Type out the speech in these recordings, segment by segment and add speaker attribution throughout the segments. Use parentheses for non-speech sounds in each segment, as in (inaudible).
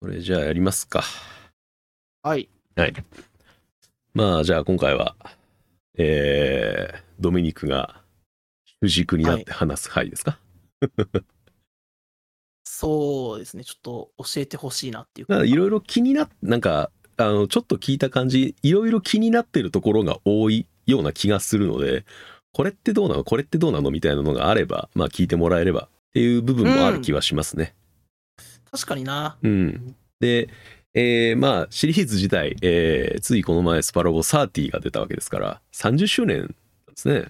Speaker 1: これじゃあやりますか。
Speaker 2: はい。
Speaker 1: まあじゃあ今回は、えー、ドミニクが主軸になって話す回ですか、
Speaker 2: そうですね。ちょっと教えてほしいなっていう
Speaker 1: なんかいろい
Speaker 2: ろ。
Speaker 1: ろ気になっなんかあのちょっと聞いた感じいろいろ気になってるところが多いような気がするのでこれってどうなのこれってどうなのみたいなのがあればまあ聞いてもらえればっていう部分もある気はしますね。
Speaker 2: 確かにな。
Speaker 1: うんで、えーまあシリーズ自体、えーついこの前スパロボ30が出たわけですから30周年なんですね。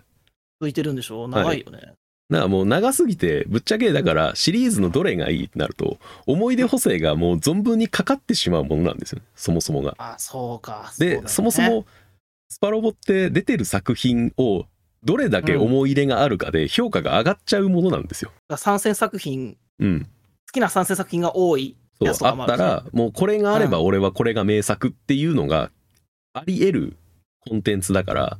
Speaker 2: 続いてるんでしょう
Speaker 1: はい
Speaker 2: 長いよね。
Speaker 1: なあもう長すぎてぶっちゃけだからシリーズのどれがいいってなると思い出補正がもう存分にかかってしまうものなんですよねそもそもが。
Speaker 2: あ、そうか。うだ
Speaker 1: で
Speaker 2: よね
Speaker 1: そもそ。もスパロボって出てる作品をどれだけ思い入れがあるかで評価が上がっちゃうものなんですよ。
Speaker 2: 参戦作品、好
Speaker 1: うん、
Speaker 2: きな参戦作品が多い
Speaker 1: そう
Speaker 2: やつと
Speaker 1: あ
Speaker 2: かも
Speaker 1: っ
Speaker 2: あ
Speaker 1: た
Speaker 2: るしね
Speaker 1: らもうこれがあれば俺はこれが名作っていうのがあり得るコンテンツだから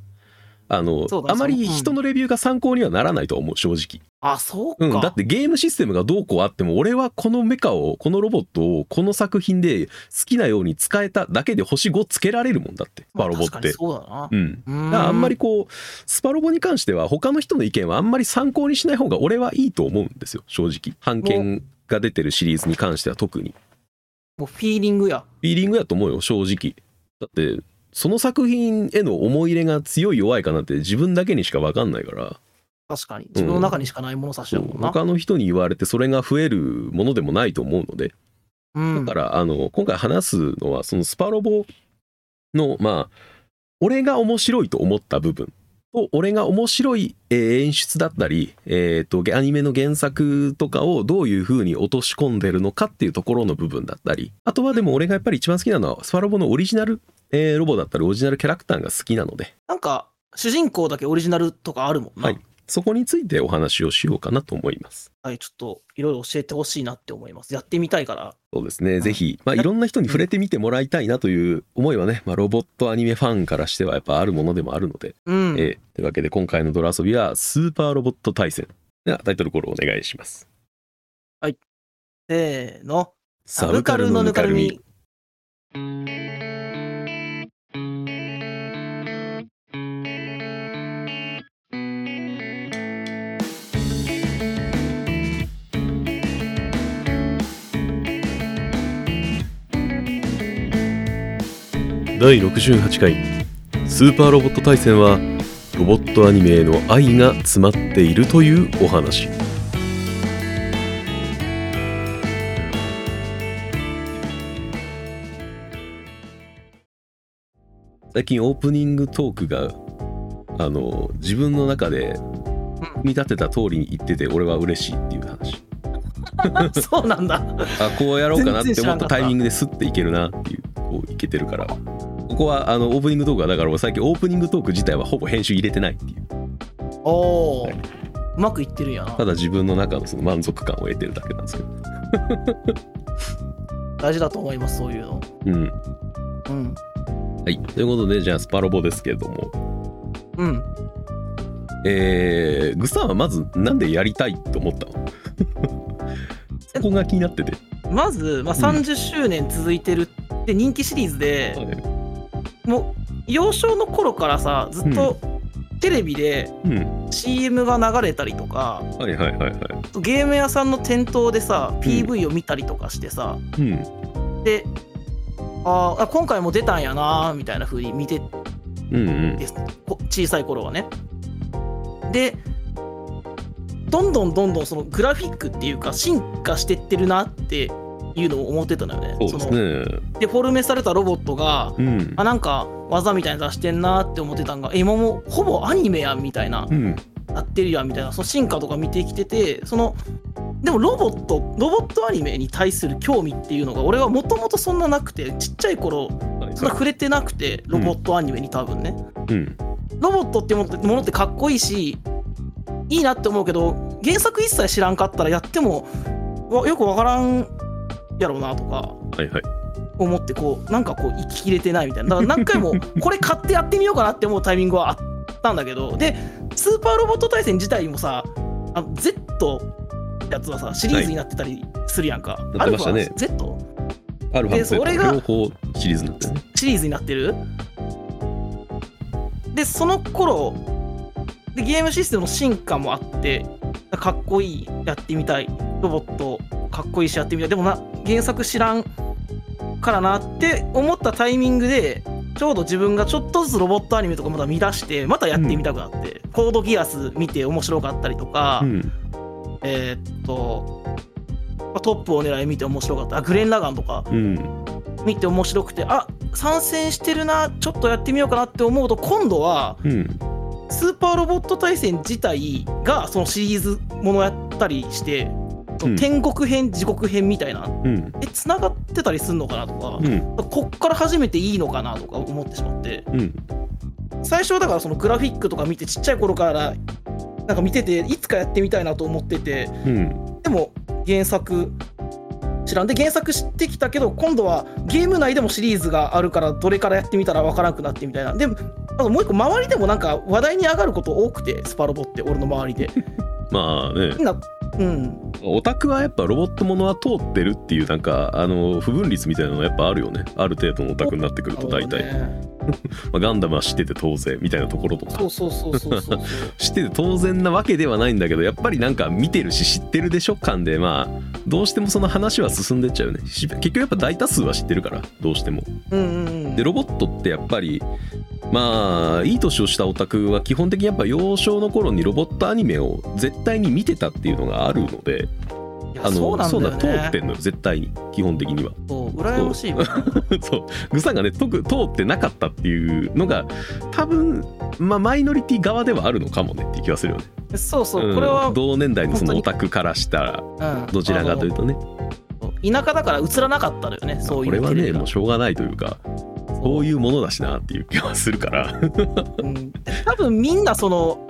Speaker 1: あの
Speaker 2: そうだね
Speaker 1: あまり
Speaker 2: そのうん
Speaker 1: 人のレビューが参考にはならないと思う正直。
Speaker 2: あ、そうか。
Speaker 1: うん、だってゲームシステムがどうこうあっても俺はこのメカをこのロボットをこの作品で好きなように使えただけで星5つけられるもんだってス
Speaker 2: ま
Speaker 1: パ
Speaker 2: あ
Speaker 1: ロボっ
Speaker 2: 確かに
Speaker 1: て。
Speaker 2: そうだな。
Speaker 1: うん、
Speaker 2: うーん
Speaker 1: だからあんまり。こうスパロボに関しては他の人の意見はあんまり参考にしない方が俺はいいと思うんですよ正直判件が出てるシリーズに関しては特に
Speaker 2: もうフィーリングや。
Speaker 1: フィーリングやと思うよ正直だってその作品への思い入れが強い弱いかなんて自分だけにしか分かんないから
Speaker 2: 確かに。自分の中にしかない物差しだもんな。
Speaker 1: 他の人に言われてそれが増えるものでもないと思うので
Speaker 2: うん。
Speaker 1: だからあの今回話すのはそのスパロボのまあ俺が面白いと思った部分と俺が面白い、えー演出だったり、えー、とアニメの原作とかをどういう風に落とし込んでるのかっていうところの部分だったりあとはでも俺がやっぱり一番好きなのはスパロボのオリジナル、えーロボだったりオリジナルキャラクターが好きなので
Speaker 2: なんか、主人公だけオリジナルとかあるもんな。
Speaker 1: はいそこについてお話をしようかなと思います。
Speaker 2: はい、ちょっといろいろ教えてほしいなって思います。やってみたいから。
Speaker 1: そうですね、ぜひ、まあ、いろんな人に触れてみてもらいたいなという思いはね、まあ、ロボットアニメファンからしてはやっぱあるものでもあるので、
Speaker 2: うん。
Speaker 1: えーというわけで今回のドラ遊びはスーパーロボット対戦ではタイトルコールお願いします
Speaker 2: せーの。
Speaker 1: サブカルのぬかるみ。第68回スーパーロボット対戦はロボットアニメへの愛が詰まっているというお話最近オープニングトークがあの自分の中で組み立てた通りに言ってて俺は嬉しいっていう話
Speaker 2: (laughs) そうなんだ。
Speaker 1: あこうやろうかなっ
Speaker 2: 全然
Speaker 1: て
Speaker 2: 知
Speaker 1: 思
Speaker 2: ら
Speaker 1: っ
Speaker 2: ん
Speaker 1: た
Speaker 2: かった
Speaker 1: タイミングですっていけるなっていうこういけてるからここはあのオープニングトークはだから俺最近オープニングトーク自体はほぼ編 (laughs) 集入れてないっていう
Speaker 2: おお、
Speaker 1: はいう
Speaker 2: まくいってるんやな
Speaker 1: た。だ自分の中のその満足感を得てるだけなんですけど
Speaker 2: 大事だと思います、そういうの。
Speaker 1: うん
Speaker 2: うん。
Speaker 1: はいということでじゃあスパロボですけれども
Speaker 2: うん。
Speaker 1: えー、グさんはまずなんでやりたいと思ったの (laughs) そこが気になってて、
Speaker 2: まず、まあ、
Speaker 1: うん
Speaker 2: 30周年続いてるって人気シリーズで、もう幼少の頃からさ、ずっとテレビで
Speaker 1: うん、
Speaker 2: CM が流れたりとか、
Speaker 1: はいはいはいはい
Speaker 2: ゲーム屋さんの店頭でさ、PV を見たりとかしてさ、
Speaker 1: うん
Speaker 2: で、あーあ今回も出たんやなーみたいな風に見て
Speaker 1: うんうん
Speaker 2: ですこ小さい頃はね。でどんどんどんどんそのグラフィックっていうか進化してってるなっていうのを思ってたのよね。
Speaker 1: そうです
Speaker 2: の
Speaker 1: ね
Speaker 2: デフォルメされたロボットが
Speaker 1: うん
Speaker 2: あなんか技みたいなの出してんなって思ってたんがえ今もうほぼアニメやんみたいな
Speaker 1: うん
Speaker 2: なってるやんみたいなその進化とか見てきててそのでもロボットロボットアニメに対する興味っていうのが俺はもともとそんななくてちっちゃい頃
Speaker 1: はい
Speaker 2: そんな
Speaker 1: は
Speaker 2: 触れてなくてロボットアニメに多分ね。
Speaker 1: いうん
Speaker 2: ロボットってものものってかっこいいしいいなって思うけど原作一切知らんかったらやってもわよくわからんやろうなとか
Speaker 1: はいはい
Speaker 2: 思ってこうなんかこう息切れてないみたいなだから何回 (laughs) もこれ買ってやってみようかなって思うタイミングはあったんだけどでスーパーロボット対戦自体もさあの Z ってやつはさシリーズになってたりするやんか、
Speaker 1: なってましたね
Speaker 2: Z
Speaker 1: あるはず
Speaker 2: でそれが
Speaker 1: 両方シリーズになってるね
Speaker 2: シリーズになってるでその頃でゲームシステムの進化もあってかっこいいやってみたいロボットかっこいいしやってみたいでもな原作知らんからなって思ったタイミングでちょうど自分がちょっとずつロボットアニメとかまだ見出してまたやってみたくなって、コードギアス見て面白かったりとか、
Speaker 1: うん
Speaker 2: えーっとまあトップを狙い見て面白かったあグレン・ラガンとか
Speaker 1: うん
Speaker 2: 見て面白くてあ参戦してるなちょっとやってみようかなって思うと今度は
Speaker 1: うん
Speaker 2: スーパーロボット対戦自体がそのシリーズものやったりして、そ
Speaker 1: う
Speaker 2: の
Speaker 1: ん
Speaker 2: 天国編地獄編みたいな
Speaker 1: うん
Speaker 2: で繋がってたりすんのかなとか、
Speaker 1: うん
Speaker 2: こっから初めていいのかなとか思ってしまって
Speaker 1: うん
Speaker 2: 最初はだからそのグラフィックとか見てちっちゃい頃からなんか見てていつかやってみたいなと思ってて
Speaker 1: うん
Speaker 2: でも原作知らんで原作知ってきたけど今度はゲーム内でもシリーズがあるからどれからやってみたらわからなくなってみたいなでもあともう一個周りでもなんか話題に上がること多くてスパロボって俺の周りで
Speaker 1: まあね
Speaker 2: みんな (laughs) うん
Speaker 1: オタクはやっぱロボットものは通ってるっていうなんかあの不分率みたいなのはやっぱあるよねある程度のオタクになってくると大体、
Speaker 2: なるほどね
Speaker 1: まあ、ガンダムは知ってて当然みたいなところとか
Speaker 2: そうそうそうそ
Speaker 1: (laughs)
Speaker 2: うそう
Speaker 1: 知ってて当然なわけではないんだけどやっぱりなんか見てるし知ってるでしょ感でまあどうしてもその話は進んでっちゃうよねし結局やっぱ大多数は知ってるからどうしても
Speaker 2: うんうんうん
Speaker 1: でロボットってやっぱりまあいい年をしたオタクは基本的にやっぱ幼少の頃にロボットアニメを絶対に見てたっていうのがあるので
Speaker 2: いや
Speaker 1: あの
Speaker 2: そうなんだよ、ね、
Speaker 1: そう通ってんのよ絶対に基本的には (laughs)
Speaker 2: そう羨ましいわ
Speaker 1: そうグさんがねとく通ってなかったっていうのが多分まあマイノリティ側ではあるのかもねっていう気はするよね
Speaker 2: そうそう、
Speaker 1: ん
Speaker 2: これは、
Speaker 1: 同年代のそのオ
Speaker 2: 本当
Speaker 1: タクからしたら
Speaker 2: うん
Speaker 1: どちらかというとね
Speaker 2: あの田舎だから映らなかったのよねそうい
Speaker 1: これ
Speaker 2: う
Speaker 1: は
Speaker 2: テ
Speaker 1: ね
Speaker 2: レビが
Speaker 1: もうしょうがないというかこういうものだしなっていう気はするから
Speaker 2: うん多分みんなその、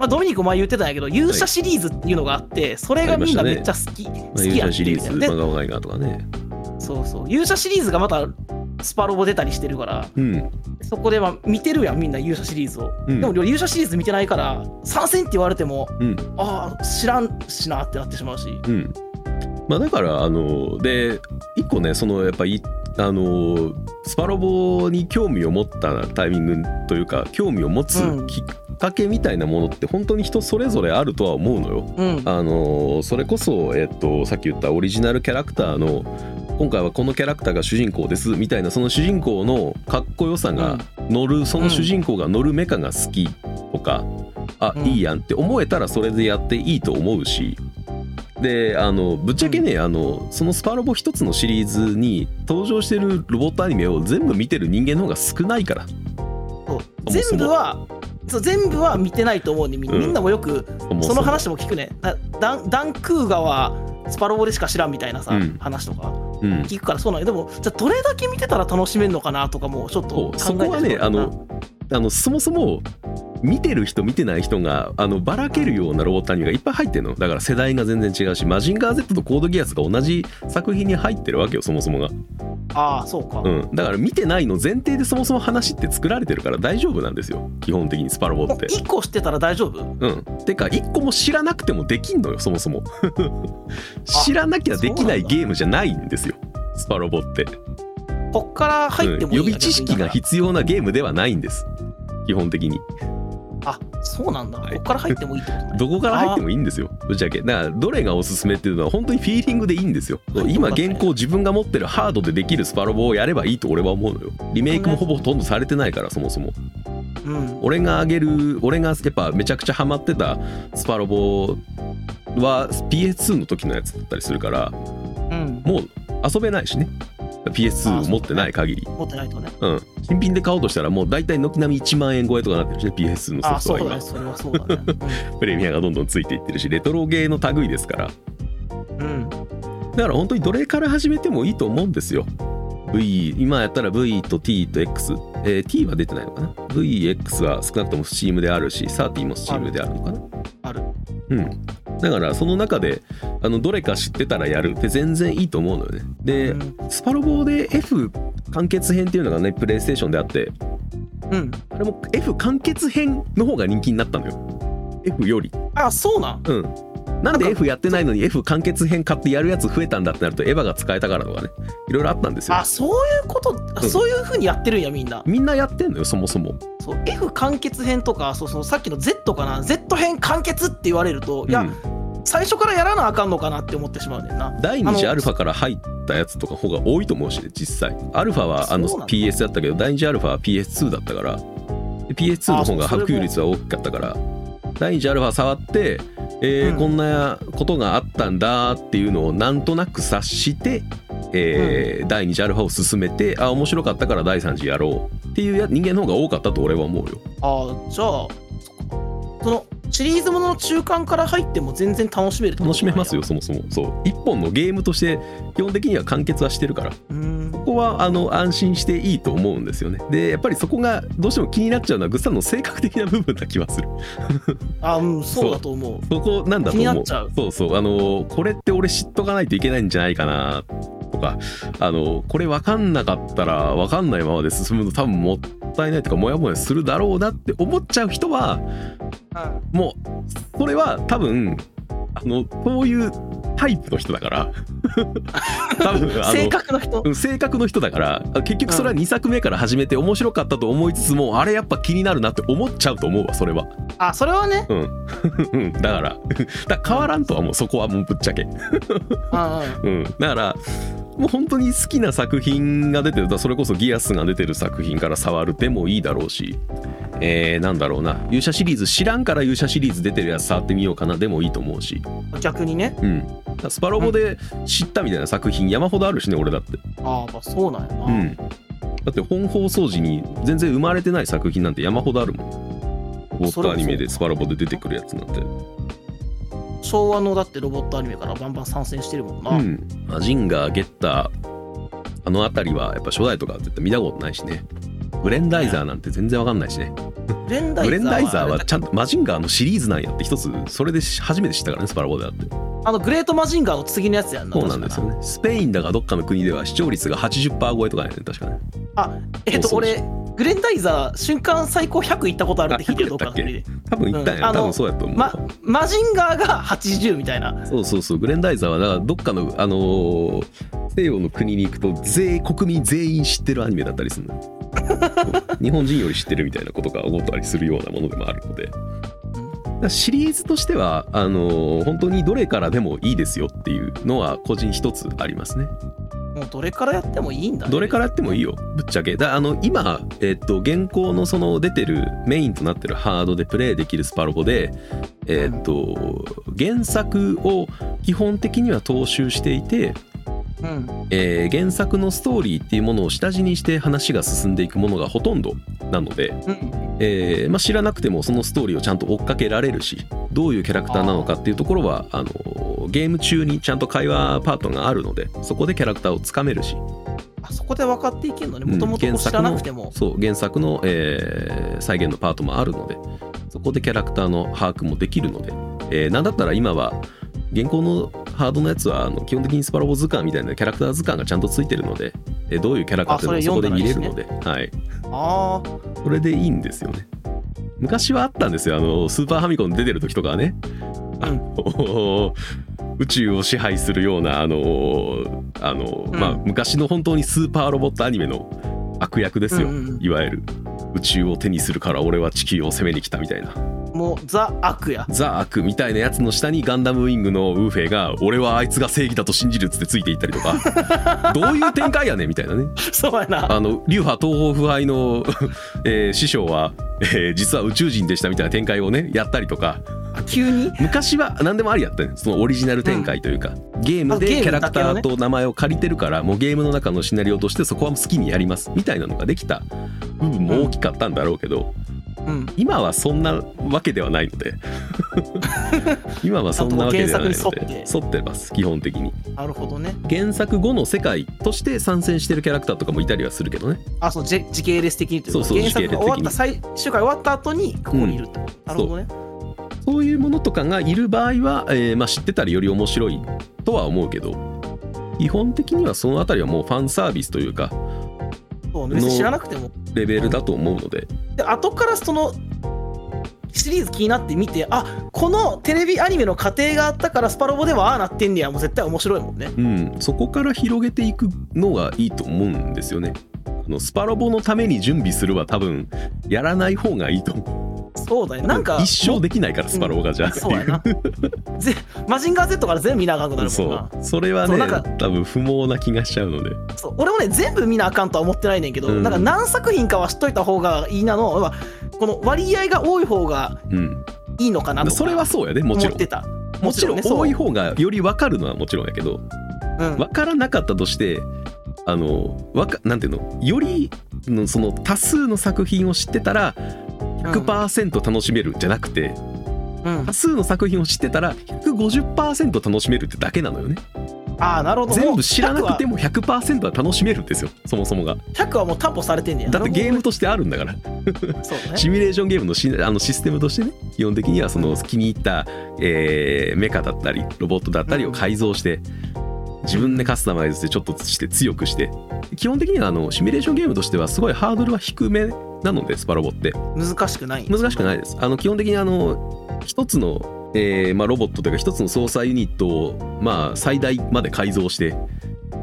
Speaker 2: まあ、ドミニクも前言ってたんやけど勇者シリーズっていうのがあってそれがみんなめっちゃ好き、好き
Speaker 1: 勇者
Speaker 2: やって
Speaker 1: シリ
Speaker 2: み
Speaker 1: ー
Speaker 2: た
Speaker 1: ズ
Speaker 2: い
Speaker 1: 「
Speaker 2: な
Speaker 1: 漫
Speaker 2: で
Speaker 1: 画ガイガー」とかね
Speaker 2: そうそう勇者シリーズがまたスパロボ出たりしてるから
Speaker 1: うん
Speaker 2: そこでは見てるやんみんな勇者シリーズを、
Speaker 1: うん
Speaker 2: でも俺勇者シリーズ見てないから参戦って言われても
Speaker 1: うん
Speaker 2: ああ知らんしなってなってしまうし
Speaker 1: うんまあだからあので一個ねそのやっぱいあのスパロボに興味を持ったタイミングというか興味を持つ
Speaker 2: うん
Speaker 1: きっかけみたいなものって本当に人それぞれあるとは思うのよ。
Speaker 2: うん
Speaker 1: あのーそれこそ、えっと、さっき言ったオリジナルキャラクターの今回はこのキャラクターが主人公ですみたいなその主人公のかっこよさが乗る、その主人公が乗るメカが好きとか、あ
Speaker 2: うん
Speaker 1: いいやんって思えたらそれでやっていいと思うしであのぶっちゃけね、あのそのスパロボ一つのシリーズに登場してるロボットアニメを全部見てる人間の方が少ないから
Speaker 2: そう
Speaker 1: そもそも
Speaker 2: 全部はそう全部は見てないと思うねみんな
Speaker 1: うん
Speaker 2: みんなもよく
Speaker 1: そも
Speaker 2: そ
Speaker 1: そも
Speaker 2: の話も聞くねだダンダンクーガはスパロボでしか知らんみたいなさ、
Speaker 1: うん
Speaker 2: 話とか
Speaker 1: うん
Speaker 2: 聞くからそうなんやでもじゃあどれだけ見てたら楽しめるのかなとかもちょっと
Speaker 1: そ
Speaker 2: 考
Speaker 1: う
Speaker 2: え
Speaker 1: そこはね
Speaker 2: て
Speaker 1: あのあのそもそも見てる人見てない人があのばらけるようなロボットアニメがいっぱい入ってるのだから世代が全然違うしマジンガー Z とコードギアスが同じ作品に入ってるわけよそもそもが、
Speaker 2: ああそうか、
Speaker 1: うん、だから見てないの前提でそもそも話って作られてるから大丈夫なんですよ基本的にスパロボって。
Speaker 2: 1個知ってたら大丈夫
Speaker 1: うん、てか1個も知らなくてもできんのよそもそも知らなきゃできない
Speaker 2: そうなんだ
Speaker 1: ゲームじゃないんですよスパロボって
Speaker 2: こっから入ってもいい、
Speaker 1: うん、予備知識が必要なゲームではないんです基本的に
Speaker 2: あそうなんだ、
Speaker 1: はい
Speaker 2: こっから入ってもいいってことね
Speaker 1: どこから入ってもいいんですよぶっちゃけだからどれがおすすめっていうのは本当にフィーリングでいいんですよ
Speaker 2: はい
Speaker 1: 今
Speaker 2: そうだね
Speaker 1: 現行自分が持ってるハードでできるスパロボをやればいいと俺は思うのよリメイクもほぼほとんどされてないからそもそも
Speaker 2: うん
Speaker 1: 俺が上げる俺がやっぱめちゃくちゃハマってたスパロボは PS2 の時のやつだったりするから
Speaker 2: うん
Speaker 1: もう遊べないしね PS2 を持ってない限り
Speaker 2: 持ってないとね
Speaker 1: (laughs) うん新品で買おうとしたらもう大体軒並み1万円超えとかなってるしね PS2 のソ
Speaker 2: あ
Speaker 1: フト
Speaker 2: そ
Speaker 1: は
Speaker 2: うだ
Speaker 1: 今
Speaker 2: ねそれはそうだね
Speaker 1: プレミアがどんどんついていってるしレトロゲーの類ですから
Speaker 2: うん、うん
Speaker 1: だから本当にどれから始めてもいいと思うんですよ。V 今やったら V と T と X、えー T は出てないのかな ?VX は少なくとも Steam であるし30も Steam であるのかな
Speaker 2: ある
Speaker 1: うんだからその中であのどれか知ってたらやるって全然いいと思うのよねで
Speaker 2: うん
Speaker 1: スパロボで F 完結編っていうのがねプレイステーションであって
Speaker 2: うん
Speaker 1: あれも F 完結編の方が人気になったのよ F より
Speaker 2: あそうなん
Speaker 1: うんなんで
Speaker 2: なんか
Speaker 1: F やってないのに F 完結編買ってやるやつ増えたんだってなるとエヴァが使えたからとかねいろいろあったんですよ
Speaker 2: あそういうこと、あ
Speaker 1: うん
Speaker 2: そういうふうにやってるんやみんな
Speaker 1: みんなやってんのよそもそも
Speaker 2: そう F 完結編とかそうそうさっきの Z かな Z 編完結って言われるといや、
Speaker 1: うん
Speaker 2: 最初からやらなあかんのかなって思ってしまうねんな
Speaker 1: 第2次
Speaker 2: あ
Speaker 1: ア
Speaker 2: の
Speaker 1: ルファから入ったやつとか方が多いと思うしね実際アルファはあの
Speaker 2: そうなんだ
Speaker 1: PS だったけど第2次アルファは PS2 だったからで PS2 の方が
Speaker 2: あそ
Speaker 1: 波
Speaker 2: うそれも
Speaker 1: 及率は大きかったから第2次アルファ触って、えー
Speaker 2: うん
Speaker 1: こんなことがあったんだっていうのをなんとなく察して、えー第2次アルファを進めてあ面白かったから第3次やろうっていうや人間の方が多かったと俺は思うよ
Speaker 2: あじゃあそっかそのシリーズものの中間から入っても全然楽しめるってこと
Speaker 1: 楽しめます
Speaker 2: よ
Speaker 1: よそもそもそう一本のゲームとして基本的には完結はしてるから
Speaker 2: うん
Speaker 1: ここはあの安心していいと思うんですよね。でやっぱりそこがどうしても気になっちゃうのはグッさんの性格的な部分な気はする。
Speaker 2: あうんそうだと思う
Speaker 1: そこなんだと
Speaker 2: 気に
Speaker 1: 思
Speaker 2: な
Speaker 1: う
Speaker 2: っ。ちゃう
Speaker 1: そうそうあのこれって俺知っとかないといけないんじゃないかなとかあのこれ分かんなかったら分かんないままで進むの多分もったいないとかモヤモヤするだろうなって思っちゃう人は
Speaker 2: うん
Speaker 1: もうそれは多分あのそういうタイプの人だから
Speaker 2: (laughs)
Speaker 1: 多分あの
Speaker 2: 性格の人
Speaker 1: うん性格の人だからあ結局それは2作目から始めて面白かったと思いつつも、あれやっぱ気になるなって思っちゃうと思うわそれは
Speaker 2: あそれはね
Speaker 1: うんだからだから変わらんとはもうそこはもうぶっちゃけ
Speaker 2: うんうん
Speaker 1: うんだからもう本当に好きな作品が出てるだからそれこそギアスが出てる作品から触るでもいいだろうしえー、なんだろうな勇者シリーズ知らんから勇者シリーズ出てるやつ触ってみようかなでもいいと思うし
Speaker 2: 逆にね
Speaker 1: うんだからスパロボで知ったみたいな作品山ほどあるしね俺だって
Speaker 2: ああまあそうなんやな、
Speaker 1: うん、だって本放送時に全然生まれてない作品なんて山ほどあるもんウォッ
Speaker 2: そ
Speaker 1: タ
Speaker 2: れもそう
Speaker 1: アニメでスパロボで出てくるやつなんて
Speaker 2: 昭和のだってロボットアニメからバンバン参戦してるもんな、
Speaker 1: うんマジンガーゲッターあの辺りはやっぱ初代とかは絶対見たことないしねブレンダイザーなんて全然わかんないしね
Speaker 2: ブレンダ
Speaker 1: ブ
Speaker 2: イザー
Speaker 1: レンダイザーはちゃんとマジンガーのシリーズなんやって一つそれで初めて知ったからねスパロボであって
Speaker 2: あのグレートマジンガーの次のやつやんな
Speaker 1: そうなんですよねスペインだかどっかの国では視聴率が80%超えとかやね確かね
Speaker 2: 確かなえっと
Speaker 1: そうそう
Speaker 2: 俺グレンダイザー瞬間最高100行ったことあるって聞いてるどっか (laughs) の国で
Speaker 1: 多分言ったんや、
Speaker 2: うんあの
Speaker 1: 多分そうやと思う、
Speaker 2: まマジンガーが80みたいな
Speaker 1: そうそうそうグレンダイザーはだからどっかの、あのー西洋の国に行くと全国民全員知ってるアニメだったりするのよそう日本人より知ってるみたいなことが起こったりするようなものでもあるのでだからシリーズとしてはあのー本当にどれからでもいいですよっていうのは個人一つありますね
Speaker 2: もうどれからやってもいいんだね
Speaker 1: どれからやってもいいよぶっちゃけだあの今、えっと現行のその出てるメインとなってるハードでプレイできるスパロボで、えっと原作を基本的には踏襲していて、
Speaker 2: うん
Speaker 1: えー原作のストーリーっていうものを下地にして話が進んでいくものがほとんどなので、
Speaker 2: うん
Speaker 1: えーまあ、知らなくてもそのストーリーをちゃんと追っかけられるしどういうキャラクターなのかっていうところはあのゲーム中にちゃんと会話パートがあるのでそこでキャラクターをつかめるし
Speaker 2: あそこで分かっていけるのね
Speaker 1: うん
Speaker 2: もともと知らなくても、
Speaker 1: そう原作の、えー再現のパートもあるのでそこでキャラクターの把握もできるので、えーなんだったら今は現行のハードのやつはあの基本的にスパロボ図鑑みたいなキャラクター図鑑がちゃんとついてるので、えーどういうキャラかっていうのも
Speaker 2: あそれ
Speaker 1: そこで
Speaker 2: 読んだらい
Speaker 1: 見
Speaker 2: いで
Speaker 1: れ
Speaker 2: す
Speaker 1: る
Speaker 2: ね
Speaker 1: のではい、
Speaker 2: ああ
Speaker 1: それでいいんですよね昔はあったんですよあのスーパーファミコン出てる時とかはね、あの宇宙を支配するようなあのあの、
Speaker 2: うん
Speaker 1: まあ昔の本当にスーパーロボットアニメの悪役ですよ、
Speaker 2: うんうん
Speaker 1: いわゆる宇宙を手にするから俺は地球を攻めに来たみたいな
Speaker 2: もうザ・悪や (laughs)
Speaker 1: ザ・アクみたいなやつの下にガンダムウィングのウーフェイが俺はあいつが正義だと信じるっつってついていったりとか
Speaker 2: (laughs)
Speaker 1: どういう展開やねんみたいなね
Speaker 2: そうやな
Speaker 1: あの流派東方腐敗の、 (laughs) えー師匠は、えー実は宇宙人でしたみたいな展開をねやったりとか
Speaker 2: 急に
Speaker 1: 昔は何でもありやったねそのオリジナル展開というか、ゲーム
Speaker 2: あゲー
Speaker 1: で
Speaker 2: ム
Speaker 1: キャラクタ
Speaker 2: だ
Speaker 1: ー
Speaker 2: け
Speaker 1: と名前を借りてるからもうゲームの中のシナリオとしてそこは好きにやりますみたいなのができた部分も大きかったんだろうけど、
Speaker 2: うん
Speaker 1: 今はそんなわけではないの
Speaker 2: (laughs)
Speaker 1: で今はそんなわけではないので
Speaker 2: ちゃんと原作に沿って
Speaker 1: 沿ってます基本的に
Speaker 2: なるほどね
Speaker 1: 原作後の世界として参戦してるキャラクターとかもいたりはするけどね
Speaker 2: あそう時時系列的にというか
Speaker 1: そうそう
Speaker 2: 原作が終わった
Speaker 1: 時
Speaker 2: 最終回終わった後にここにいるってこと、なるほどね
Speaker 1: そういうものとかがいる場合は、えーまあ、知ってたらより面白いとは思うけど基本的にはそのあたりはもうファンサービスというか
Speaker 2: そうね別に知らなくても
Speaker 1: レベルだと思うので
Speaker 2: で後からそのシリーズ気になって見てあこのテレビアニメの過程があったからスパロボではああなってんねやもう絶対面白いもんね
Speaker 1: うん、そこから広げていくのがいいと思うんですよね。あのスパロボのために準備するは多分やらない方がいいと思
Speaker 2: そうだね
Speaker 1: う。
Speaker 2: なんか
Speaker 1: 一生できないから
Speaker 2: ん
Speaker 1: スパロボがじゃあってい
Speaker 2: そうや
Speaker 1: (laughs)
Speaker 2: なぜマジンガー Z から全部見なあかんくなるもん
Speaker 1: そ
Speaker 2: な
Speaker 1: うそれは
Speaker 2: そう
Speaker 1: ね
Speaker 2: なんか
Speaker 1: 多分不毛な気がしちゃうので
Speaker 2: そう俺もね全部見なあかんとは思ってないねんけど、
Speaker 1: うん
Speaker 2: なんか何作品かは知っといた方がいいなの要はこの割合が多い方が
Speaker 1: うん
Speaker 2: いいのかなとか
Speaker 1: それはそうやねもちろ
Speaker 2: 思っ
Speaker 1: ん
Speaker 2: てた
Speaker 1: もちろん
Speaker 2: ねそう
Speaker 1: 多い方がより分かるのはもちろんやけど
Speaker 2: うん
Speaker 1: 分からなかったとしてあのわかなんていうのよりのその多数の作品を知ってたら100%楽しめるじゃなくて
Speaker 2: うん
Speaker 1: 多数の作品を知ってたら150%楽しめるってだけなのよね
Speaker 2: ああなるほど
Speaker 1: 全部知らなくて
Speaker 2: も
Speaker 1: も100%は楽しめるんですよそもそもが
Speaker 2: う100は100はもう担保されてんねや
Speaker 1: だってゲームとしてあるんだから
Speaker 2: そうね
Speaker 1: シミュレーションゲームのシあのシステムとしてね基本的にはその気に入った、えーメカだったりロボットだったりを改造して自分でカスタマイズしてちょっとして強くして基本的にはあのシミュレーションゲームとしてはすごいハードルは低めなのでスパロボって
Speaker 2: 難しくない
Speaker 1: 難しくないですあの基本的にあの一つの、えーまあ、ロボットというか一つの操作ユニットを、まあ、最大まで改造して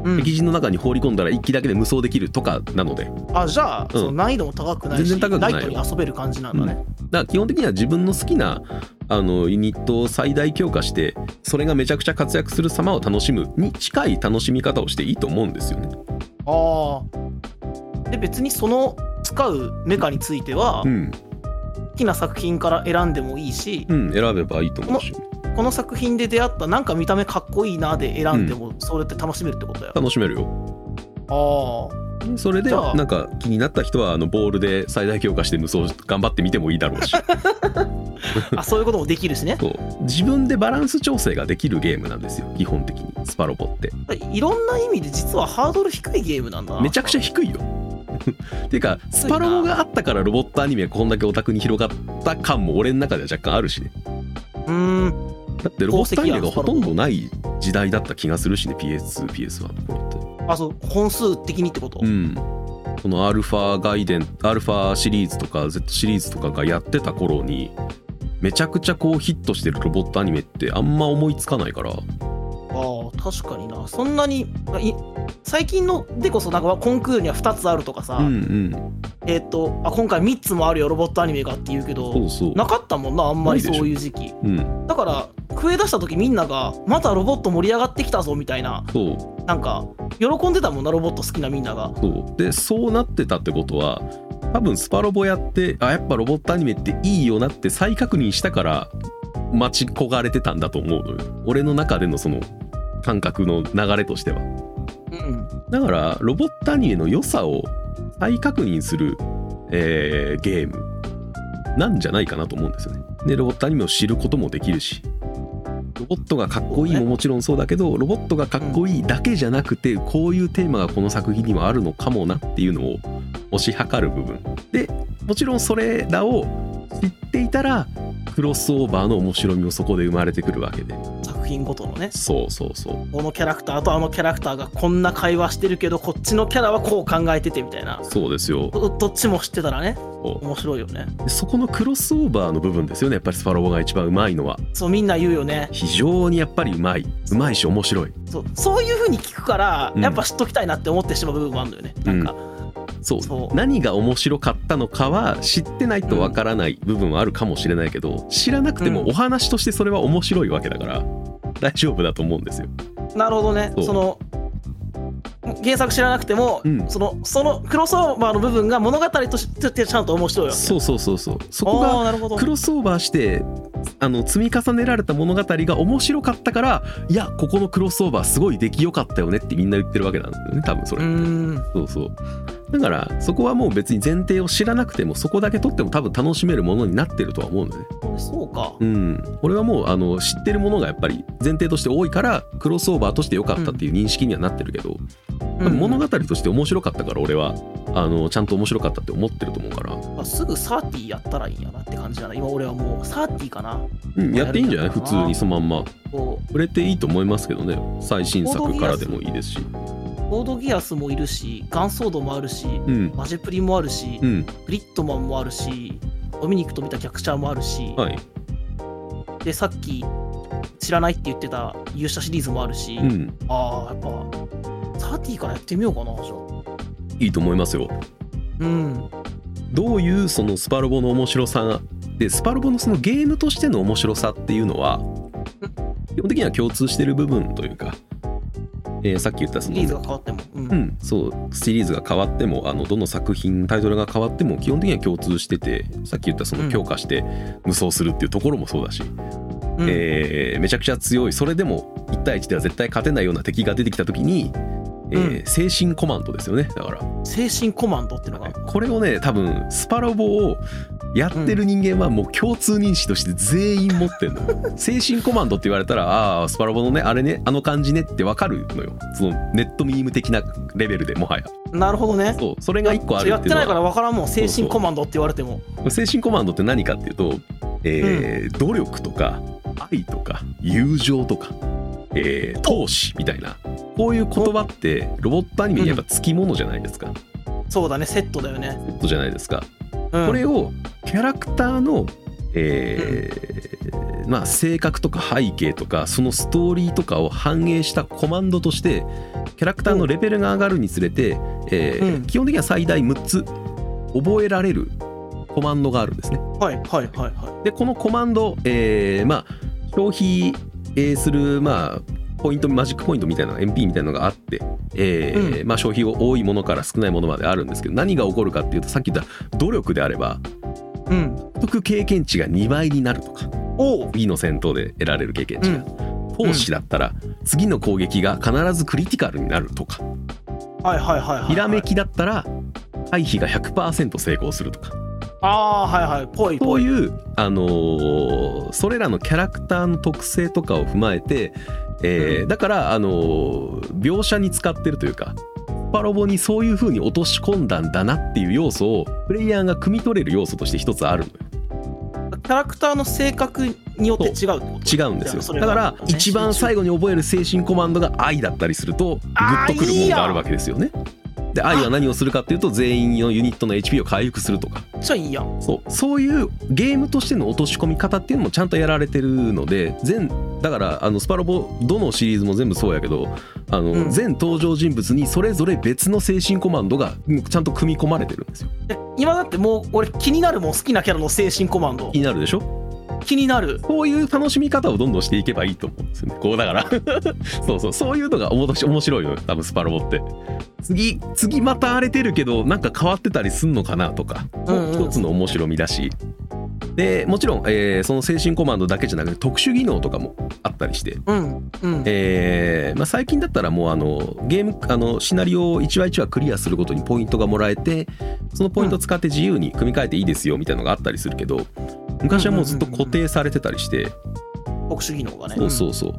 Speaker 2: うん
Speaker 1: 敵陣の中に放り込んだら一機だけで無双できるとかなので
Speaker 2: あじゃあ、その難易度も高くないし
Speaker 1: 全然高くないよ
Speaker 2: ライトに遊べる感じなんだね、
Speaker 1: だから基本的には自分の好きなあのユニットを最大強化してそれがめちゃくちゃ活躍する様を楽しむに近い楽しみ方をしていいと思うんですよね。
Speaker 2: ああで別にその使うメカについては、
Speaker 1: うん、
Speaker 2: 好きな作品から選んでもいいし、
Speaker 1: うん、選べばいいと思うし
Speaker 2: この作品で出会ったなんか見た目かっこいいなで選んでもそれって楽しめるってことや、
Speaker 1: 楽しめるよ。
Speaker 2: ああ
Speaker 1: それで
Speaker 2: じゃあ
Speaker 1: なんか気になった人はあのボールで最大強化して無双頑張ってみてもいいだろうし (laughs)
Speaker 2: あそういうこともできるしね
Speaker 1: そう自分でバランス調整ができるゲームなんですよ基本的にスパロボって
Speaker 2: いろんな意味で実はハードル低いゲームなんだな
Speaker 1: めちゃくちゃ低いよ。 (laughs) っていうかスパロボがあったからロボットアニメこんだけオタクに広がった感も俺の中では若干あるしね。
Speaker 2: うーん
Speaker 1: だってロボットアニメがほとんどない時代だった気がするしね PS2、PS1 の頃って。
Speaker 2: あそう本数的にってこと、
Speaker 1: うん。このアルファガイデン、アルファシリーズとか Z シリーズとかがやってた頃に、めちゃくちゃこうヒットしてるロボットアニメってあんま思いつかないから、
Speaker 2: ああ確かになそんなにい最近のでこそなんかコンクールには2つあるとかさ、
Speaker 1: うんうん。
Speaker 2: えっ、とあ今回3つもあるよロボットアニメがって言うけ
Speaker 1: そ
Speaker 2: ど
Speaker 1: うそう。
Speaker 2: なかったもんなあんまり
Speaker 1: ない
Speaker 2: そ
Speaker 1: でしょ
Speaker 2: ういう時期
Speaker 1: うん。
Speaker 2: だから増え出した時みんながまたロボット盛り上がってきたぞみたいな
Speaker 1: そう
Speaker 2: なんか喜んでたもんなロボット好きなみんなが
Speaker 1: そう。で、そうなってたってことは、多分スパロボやって、あ、やっぱロボットアニメっていいよなって再確認したから、待ち焦がれてたんだと思うのよ。俺の中でのその感覚の流れとしては。
Speaker 2: うん
Speaker 1: だからロボットアニメの良さを再確認する、えーゲームなんじゃないかなと思うんですよね。でロボットアニメを知ることもできるしロボットがかっこいいももちろんそうだけどロボットがかっこいいだけじゃなくてこういうテーマがこの作品にはあるのかもなっていうのを推し量る部分でもちろんそれらを知っていたらクロスオーバーの面白みもそこで生まれてくるわけで
Speaker 2: 作品ごとのね
Speaker 1: そうそうそう
Speaker 2: このキャラクターとあのキャラクターがこんな会話してるけどこっちのキャラはこう考えててみたいな
Speaker 1: そうですよ
Speaker 2: どどっちも知ってたらね
Speaker 1: そう
Speaker 2: 面白いよね
Speaker 1: でそこのクロスオーバーの部分ですよねやっぱりスパロボが一番うまいのは
Speaker 2: そうみんな言うよね
Speaker 1: 非常にやっぱりうまいうまいし面白い
Speaker 2: そうそういう風に聞くから
Speaker 1: うん
Speaker 2: やっぱ知っときたいなって思ってしまう部分もあるのよね、
Speaker 1: うん
Speaker 2: なんか
Speaker 1: そう
Speaker 2: そう
Speaker 1: 何が面白かったのかは知ってないとわからない部分はあるかもしれないけど知らなくて
Speaker 2: う
Speaker 1: も
Speaker 2: ん
Speaker 1: お話としてそれは面白いわけだから大丈夫だと思うんですよ
Speaker 2: なるほどね
Speaker 1: そ
Speaker 2: そうの原作知らなくても、
Speaker 1: うん
Speaker 2: そのそのクロスオーバーの部分が物語としてちゃんと面白いわけ
Speaker 1: そうそうそうそうそこ
Speaker 2: ああ
Speaker 1: が
Speaker 2: なるほど
Speaker 1: クロスオーバーしてあの積み重ねられた物語が面白かったからいやここのクロスオーバーすごい出来良かったよねってみんな言ってるわけなんだよね多分それ
Speaker 2: うーん
Speaker 1: そうそうだからそこはもう別に前提を知らなくてもそこだけ取っても多分楽しめるものになってるとは思うんだよね
Speaker 2: そうか
Speaker 1: うん俺はもうあの知ってるものがやっぱり前提として多いからクロスオーバーとして良かったっていう認識にはなってるけど、多分物
Speaker 2: が
Speaker 1: 語として面白かったから俺はあのちゃんと面白かったって思ってると思うから、
Speaker 2: すぐサーティやったらいいんやなって感じだな今俺はもうサーティかな
Speaker 1: うん、やっていいんじゃない
Speaker 2: や
Speaker 1: 普
Speaker 2: るんだ
Speaker 1: 通
Speaker 2: な
Speaker 1: にそのまんま
Speaker 2: こう
Speaker 1: 触れていいと思いますけどね最新作からでもいいですし
Speaker 2: コードギアスもいるしガンソードもあるし
Speaker 1: うん
Speaker 2: マジェプリもあるし、
Speaker 1: うん
Speaker 2: グリットマンもあるしドミニクと見た逆チャーもあるし、
Speaker 1: はい
Speaker 2: でさっき知らないって言ってた勇者シリーズもあるし、
Speaker 1: うん
Speaker 2: ああやっぱ30からやってみようかなじゃあ
Speaker 1: いいと思いますよ
Speaker 2: うん
Speaker 1: どういうそのスパロボの面白さでスパロボのそのゲームとしての面白さっていうのは基本的には共通してる部分というか、えーさっき言ったそ
Speaker 2: シ
Speaker 1: の
Speaker 2: リーズが変わってもうん、
Speaker 1: うん、そうシリーズが変わってもあのどの作品タイトルが変わっても基本的には共通しててさっき言ったそうの
Speaker 2: ん
Speaker 1: 強化して無双するっていうところもそうだし、
Speaker 2: うん
Speaker 1: えーめちゃくちゃ強いそれでも1対1では絶対勝てないような敵が出てきた時に、えー精神コマンドですよねだから
Speaker 2: 精神コマンドっていうのが
Speaker 1: これをね多分スパロボをやってる人間はもう共通認識として全員持ってんの
Speaker 2: (laughs)
Speaker 1: よ精神コマンドって言われたらああースパロボのねあれねあの感じねってわかるのよそのネットミーム的なレベルでもはや
Speaker 2: なるほどね
Speaker 1: そうそれが1個ある
Speaker 2: や
Speaker 1: っ
Speaker 2: ってて
Speaker 1: いうの
Speaker 2: ないから
Speaker 1: は
Speaker 2: 分からんもん
Speaker 1: うそ
Speaker 2: 精
Speaker 1: う
Speaker 2: 神コマンドって言われても
Speaker 1: 精神コマンドって何かっていうと、えー努力とか愛とか友情とか、えー闘志みたいなこういう言葉ってロボットアニメにやっぱつきものじゃないですか、
Speaker 2: そうだねセットだよね、
Speaker 1: セットじゃないですか
Speaker 2: うん、
Speaker 1: これをキャラクターの、えーまあ、性格とか背景とかそのストーリーとかを反映したコマンドとしてキャラクターのレベルが上がるにつれて、えー
Speaker 2: うん
Speaker 1: 基本的には最大6つ覚えられるコマンドがあるんですね。
Speaker 2: はいはいはいは
Speaker 1: でこのコマンド、えーまあ、消費えーする、まあ、ポイントマジックポイントみたいな MP みたいなのがあって、えーまあ、消費を多いものから少ないものまであるんですけど何が起こるかっていうとさっき言った努力であれば
Speaker 2: いうん
Speaker 1: 獲得経験値が2倍になるとか
Speaker 2: おう
Speaker 1: 次の戦闘で得られる経験値が、
Speaker 2: うん
Speaker 1: 投資だったら次の攻撃が必ずクリティカルになるとか、
Speaker 2: はいはいはいはい
Speaker 1: ひらめきだったら回避が100%成功するとか
Speaker 2: ああはいはいぽい
Speaker 1: そ
Speaker 2: ぽ
Speaker 1: う
Speaker 2: い
Speaker 1: いう、あのーそれらのキャラクターの特性とかを踏まえて、えー
Speaker 2: うん
Speaker 1: だから、あのー描写に使ってるというかスパロボにそういう風に落とし込んだんだなっていう要素をプレイヤーが汲み取れる要素として一つあるのよ。
Speaker 2: キャラクターの性格によって違うってこと
Speaker 1: 違うんですよ
Speaker 2: それ
Speaker 1: だ
Speaker 2: が
Speaker 1: から
Speaker 2: ね
Speaker 1: 一番最後に覚える精神コマンドが愛だったりするとグッとくるものがあるわけですよねで愛は何をするかっていうと全員のユニットの HP を回復するとか
Speaker 2: めっちゃいいやん
Speaker 1: そうそういうゲームとしての落とし込み方っていうのもちゃんとやられてるので全だからあのスパロボどのシリーズも全部そうやけどあの、
Speaker 2: うん
Speaker 1: 全登場人物にそれぞれ別の精神コマンドがうんちゃんと組み込まれてるんですよ
Speaker 2: え今だってもう俺気になるもん好きなキャラの精神コマンド
Speaker 1: 気になるでしょ
Speaker 2: 気になる
Speaker 1: こういう楽しみ方をどんどんしていけばいいと思うんですよね。こうだから (laughs) そうそうそういうのが面白い面白いのよ多分スパロボって。次次また荒れてるけどなんか変わってたりすんのかなとか
Speaker 2: うんうん
Speaker 1: 一つの面白みだし。でもちろん、えーその精神コマンドだけじゃなくて特殊技能とかもあったりして、
Speaker 2: うんうん
Speaker 1: えーまあ、最近だったらもうあのゲームあのシナリオを1話1話クリアするごとにポイントがもらえてそのポイントを使って自由に組み替えていいですよみたいなのがあったりするけど昔はもうずっと固定されてたりして。
Speaker 2: 特殊技能がね
Speaker 1: そうそうそう。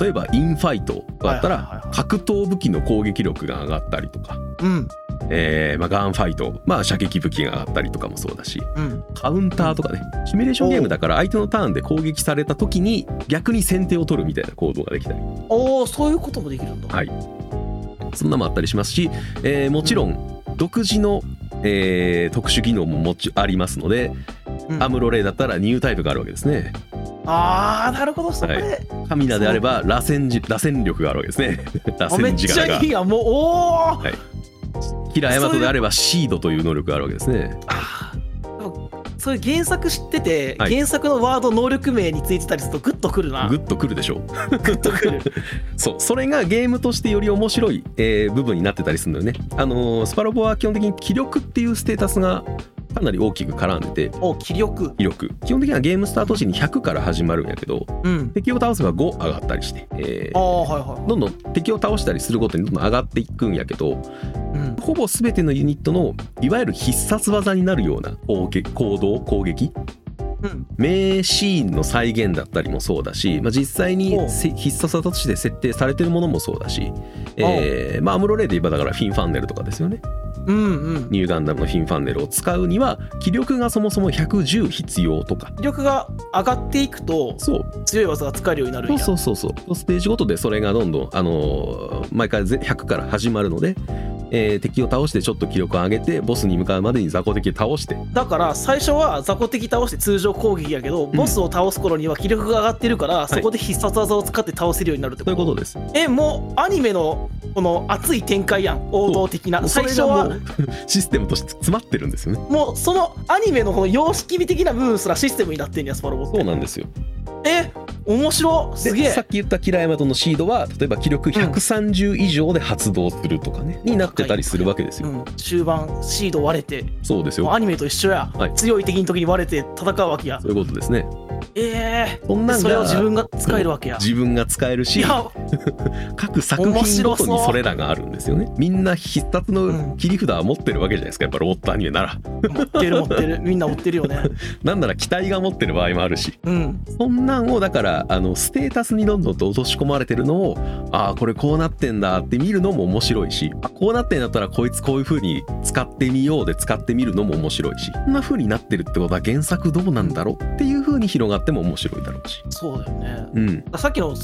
Speaker 1: 例えばインファイトだった
Speaker 2: はいはいはい
Speaker 1: ら
Speaker 2: はい
Speaker 1: 格闘武器の攻撃力が上がったりとか、
Speaker 2: うん
Speaker 1: えーまあ、ガンファイト、まあ、射撃武器が上がったりとかもそうだし
Speaker 2: うん
Speaker 1: カウンターとかねシミュレーションゲームだから相手のターンで攻撃された時に逆に先手を取るみたいな行動ができたり
Speaker 2: おおそういうこともできるんだ
Speaker 1: はいそんなのもあったりしますし、えーもちろん独自の、えー特殊技能ももちありますので、
Speaker 2: うん
Speaker 1: アムロレイだったらニュータイプがあるわけですね
Speaker 2: ああなるほどそこ
Speaker 1: は
Speaker 2: で
Speaker 1: カミナであれば螺旋じ螺旋力があるわけですね (laughs) 螺
Speaker 2: あめっ
Speaker 1: 旋
Speaker 2: ち
Speaker 1: 力が
Speaker 2: ゃいいやんもうおお
Speaker 1: キラヤマトであればシードという能力があるわけですね。
Speaker 2: あーでもそういう原作知ってて、
Speaker 1: はい
Speaker 2: 原作のワード能力名についてたりするとグッとくるな
Speaker 1: グッとくるでしょう。
Speaker 2: グッとくる
Speaker 1: そう、それがゲームとしてより面白い、えー部分になってたりするのよね。あのースパロボは基本的に気力っていうステータスがかなり大きく絡んでて。
Speaker 2: (laughs) お気力
Speaker 1: 気力基本的にはゲームスタート時に100から始まるんやけど (laughs)
Speaker 2: うん
Speaker 1: 敵を倒せば5上がったりして、え
Speaker 2: あ
Speaker 1: ー
Speaker 2: あはいは
Speaker 1: どんどん敵を倒したりするごとにどんどん上がっていくんやけど
Speaker 2: い、うん、
Speaker 1: ほぼ全てのユニットのいわゆる必殺技になるような攻撃行動攻撃
Speaker 2: うん、
Speaker 1: 名シーンの再現だったりもそうだし、まあ、実際に
Speaker 2: おう
Speaker 1: せ必殺技として設定されてるものもそうだし、えーまあ、アムロレイで言えばだからフィンファンネルとかですよね
Speaker 2: うんうん
Speaker 1: ニューガンダムのフィンファンネルを使うには気力がそもそも110必要とか
Speaker 2: 気力が上がっていくと
Speaker 1: そう
Speaker 2: 強い技が使えるようになるん
Speaker 1: そう
Speaker 2: や
Speaker 1: そうそうそうステージごとでそれがどんどん、あのー毎回ぜ100から始まるのでえー敵を倒してちょっと気力を上げてボスに向かうまでに雑魚敵を倒して
Speaker 2: だから最初は雑魚敵倒して通常攻撃やけど、ボスを倒す頃には気力が上がってるから、そこで必殺技を使って倒せるようになるっ
Speaker 1: と
Speaker 2: てこ
Speaker 1: いう
Speaker 2: と
Speaker 1: ことです
Speaker 2: えもうアニメのこの熱い展開やん王道的な
Speaker 1: そ
Speaker 2: 最
Speaker 1: れ
Speaker 2: 初
Speaker 1: がも
Speaker 2: は
Speaker 1: う (laughs) システムとして詰まってるんですよね
Speaker 2: もうそのアニメのこの様式美的な部分すらシステムになってんやスパロボっ
Speaker 1: そう
Speaker 2: て
Speaker 1: なんですよ
Speaker 2: え面白すげ
Speaker 1: でさ
Speaker 2: え
Speaker 1: っき言ったキラヤマトのシードは例えば気力130以上で発動するとかね、になってたりするわけです
Speaker 2: う
Speaker 1: よ、
Speaker 2: ん、終盤シード割れて
Speaker 1: そうです
Speaker 2: もう
Speaker 1: よ
Speaker 2: アニメと一緒や、
Speaker 1: はい
Speaker 2: 強い敵の時に割れて戦うわけや
Speaker 1: そういうことですね
Speaker 2: え
Speaker 1: そんな
Speaker 2: ー、
Speaker 1: んが
Speaker 2: それを自分が使えるわけや
Speaker 1: 自分が使える
Speaker 2: い
Speaker 1: し
Speaker 2: や
Speaker 1: 各作品ごとにそれらがあるんですよねみんな必殺の切り札は持ってるわけじゃないですかやっぱロボットアニメなら
Speaker 2: 持ってる持ってるみんな持ってるよね
Speaker 1: なんなら機体が持ってる場合もあるし
Speaker 2: うん
Speaker 1: そんなんをだからあのステータスにどんどんと落とし込まれてるのをああこれこうなってんだって見るのも面白いしあこうなってんだったらこいつこういう風に使ってみようで使ってみるのも面白いしこんな風になってるってことは原作どうなんだろうっていう風に広がっても面白いだろうし
Speaker 2: そうだよね
Speaker 1: うん
Speaker 2: さっきの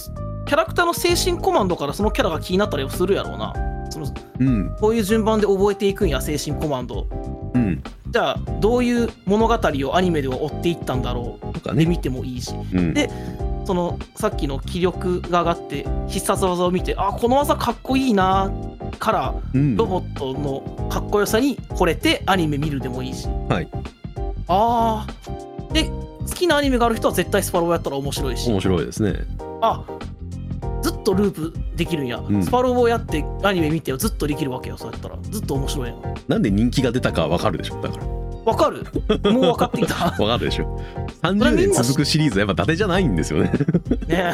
Speaker 2: キャラクターの精神コマンドからそのキャラが気になったりもするやろうなその
Speaker 1: うん
Speaker 2: こういう順番で覚えていくんや精神コマンド
Speaker 1: うん
Speaker 2: じゃあどういう物語をアニメでは追っていったんだろ
Speaker 1: とか
Speaker 2: うで
Speaker 1: ね
Speaker 2: 見てもいいし
Speaker 1: うん
Speaker 2: でそのさっきの気力が上がって必殺技を見てあこの技かっこいいなから
Speaker 1: うん
Speaker 2: ロボットのかっこよさに惚れてアニメ見るでもいいし、
Speaker 1: はい
Speaker 2: ああで好きなアニメがある人は絶対スパロボやったら面白いし
Speaker 1: 面白いですね
Speaker 2: あずっとループできるんや、
Speaker 1: ん
Speaker 2: スパロボやってアニメ見てよずっとできるわけよそうやったらずっと面白いやん
Speaker 1: なんで人気が出たかはわかるでしょだから
Speaker 2: わ
Speaker 1: (laughs)
Speaker 2: かるもう分かってきた
Speaker 1: わかるでしょ30年続くシリーズはやっぱ伊達じゃないんですよね
Speaker 2: ね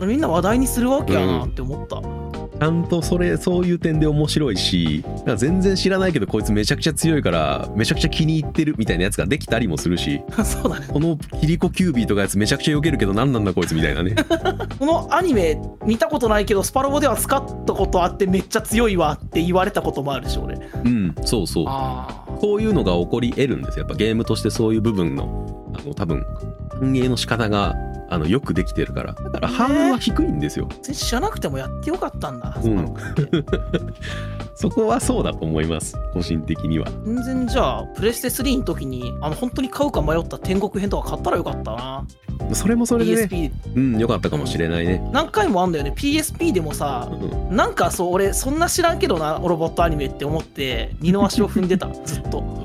Speaker 2: えみんな話題にするわけやなって思った、
Speaker 1: ちゃんとそれそういう点で面白いしなんか全然知らないけどこいつめちゃくちゃ強いからめちゃくちゃ気に入ってるみたいなやつができたりもするし
Speaker 2: そうだね
Speaker 1: このキリコキュービーとかやつめちゃくちゃ避けるけど何なんだこいつみたいな (laughs) ね
Speaker 2: このアニメ見たことないけどスパロボでは使ったことあってめっちゃ強いわって言われたこともあるし俺
Speaker 1: うんそうそう
Speaker 2: ああ
Speaker 1: こういうのが起こり得るんですよやっぱゲームとしてそういう部分のあの多分運営の仕方があのよくできてるからだからハードルは低いんですよ、
Speaker 2: 知らなくてもやってよかったんだ、
Speaker 1: うん
Speaker 2: スパロボって
Speaker 1: (laughs) そこはそうだと思います個人的には
Speaker 2: 全然じゃあプレステ3の時にあの本当に買うか迷った天国編とか買ったらよかったな
Speaker 1: それもそれでね
Speaker 2: PSP
Speaker 1: うん良かったかもしれないね、
Speaker 2: 何回もあんだよね PSP でもさ
Speaker 1: うん
Speaker 2: なんかそう俺そんな知らんけどなロボットアニメって思って二の足を踏ん
Speaker 1: (laughs)
Speaker 2: でたずっと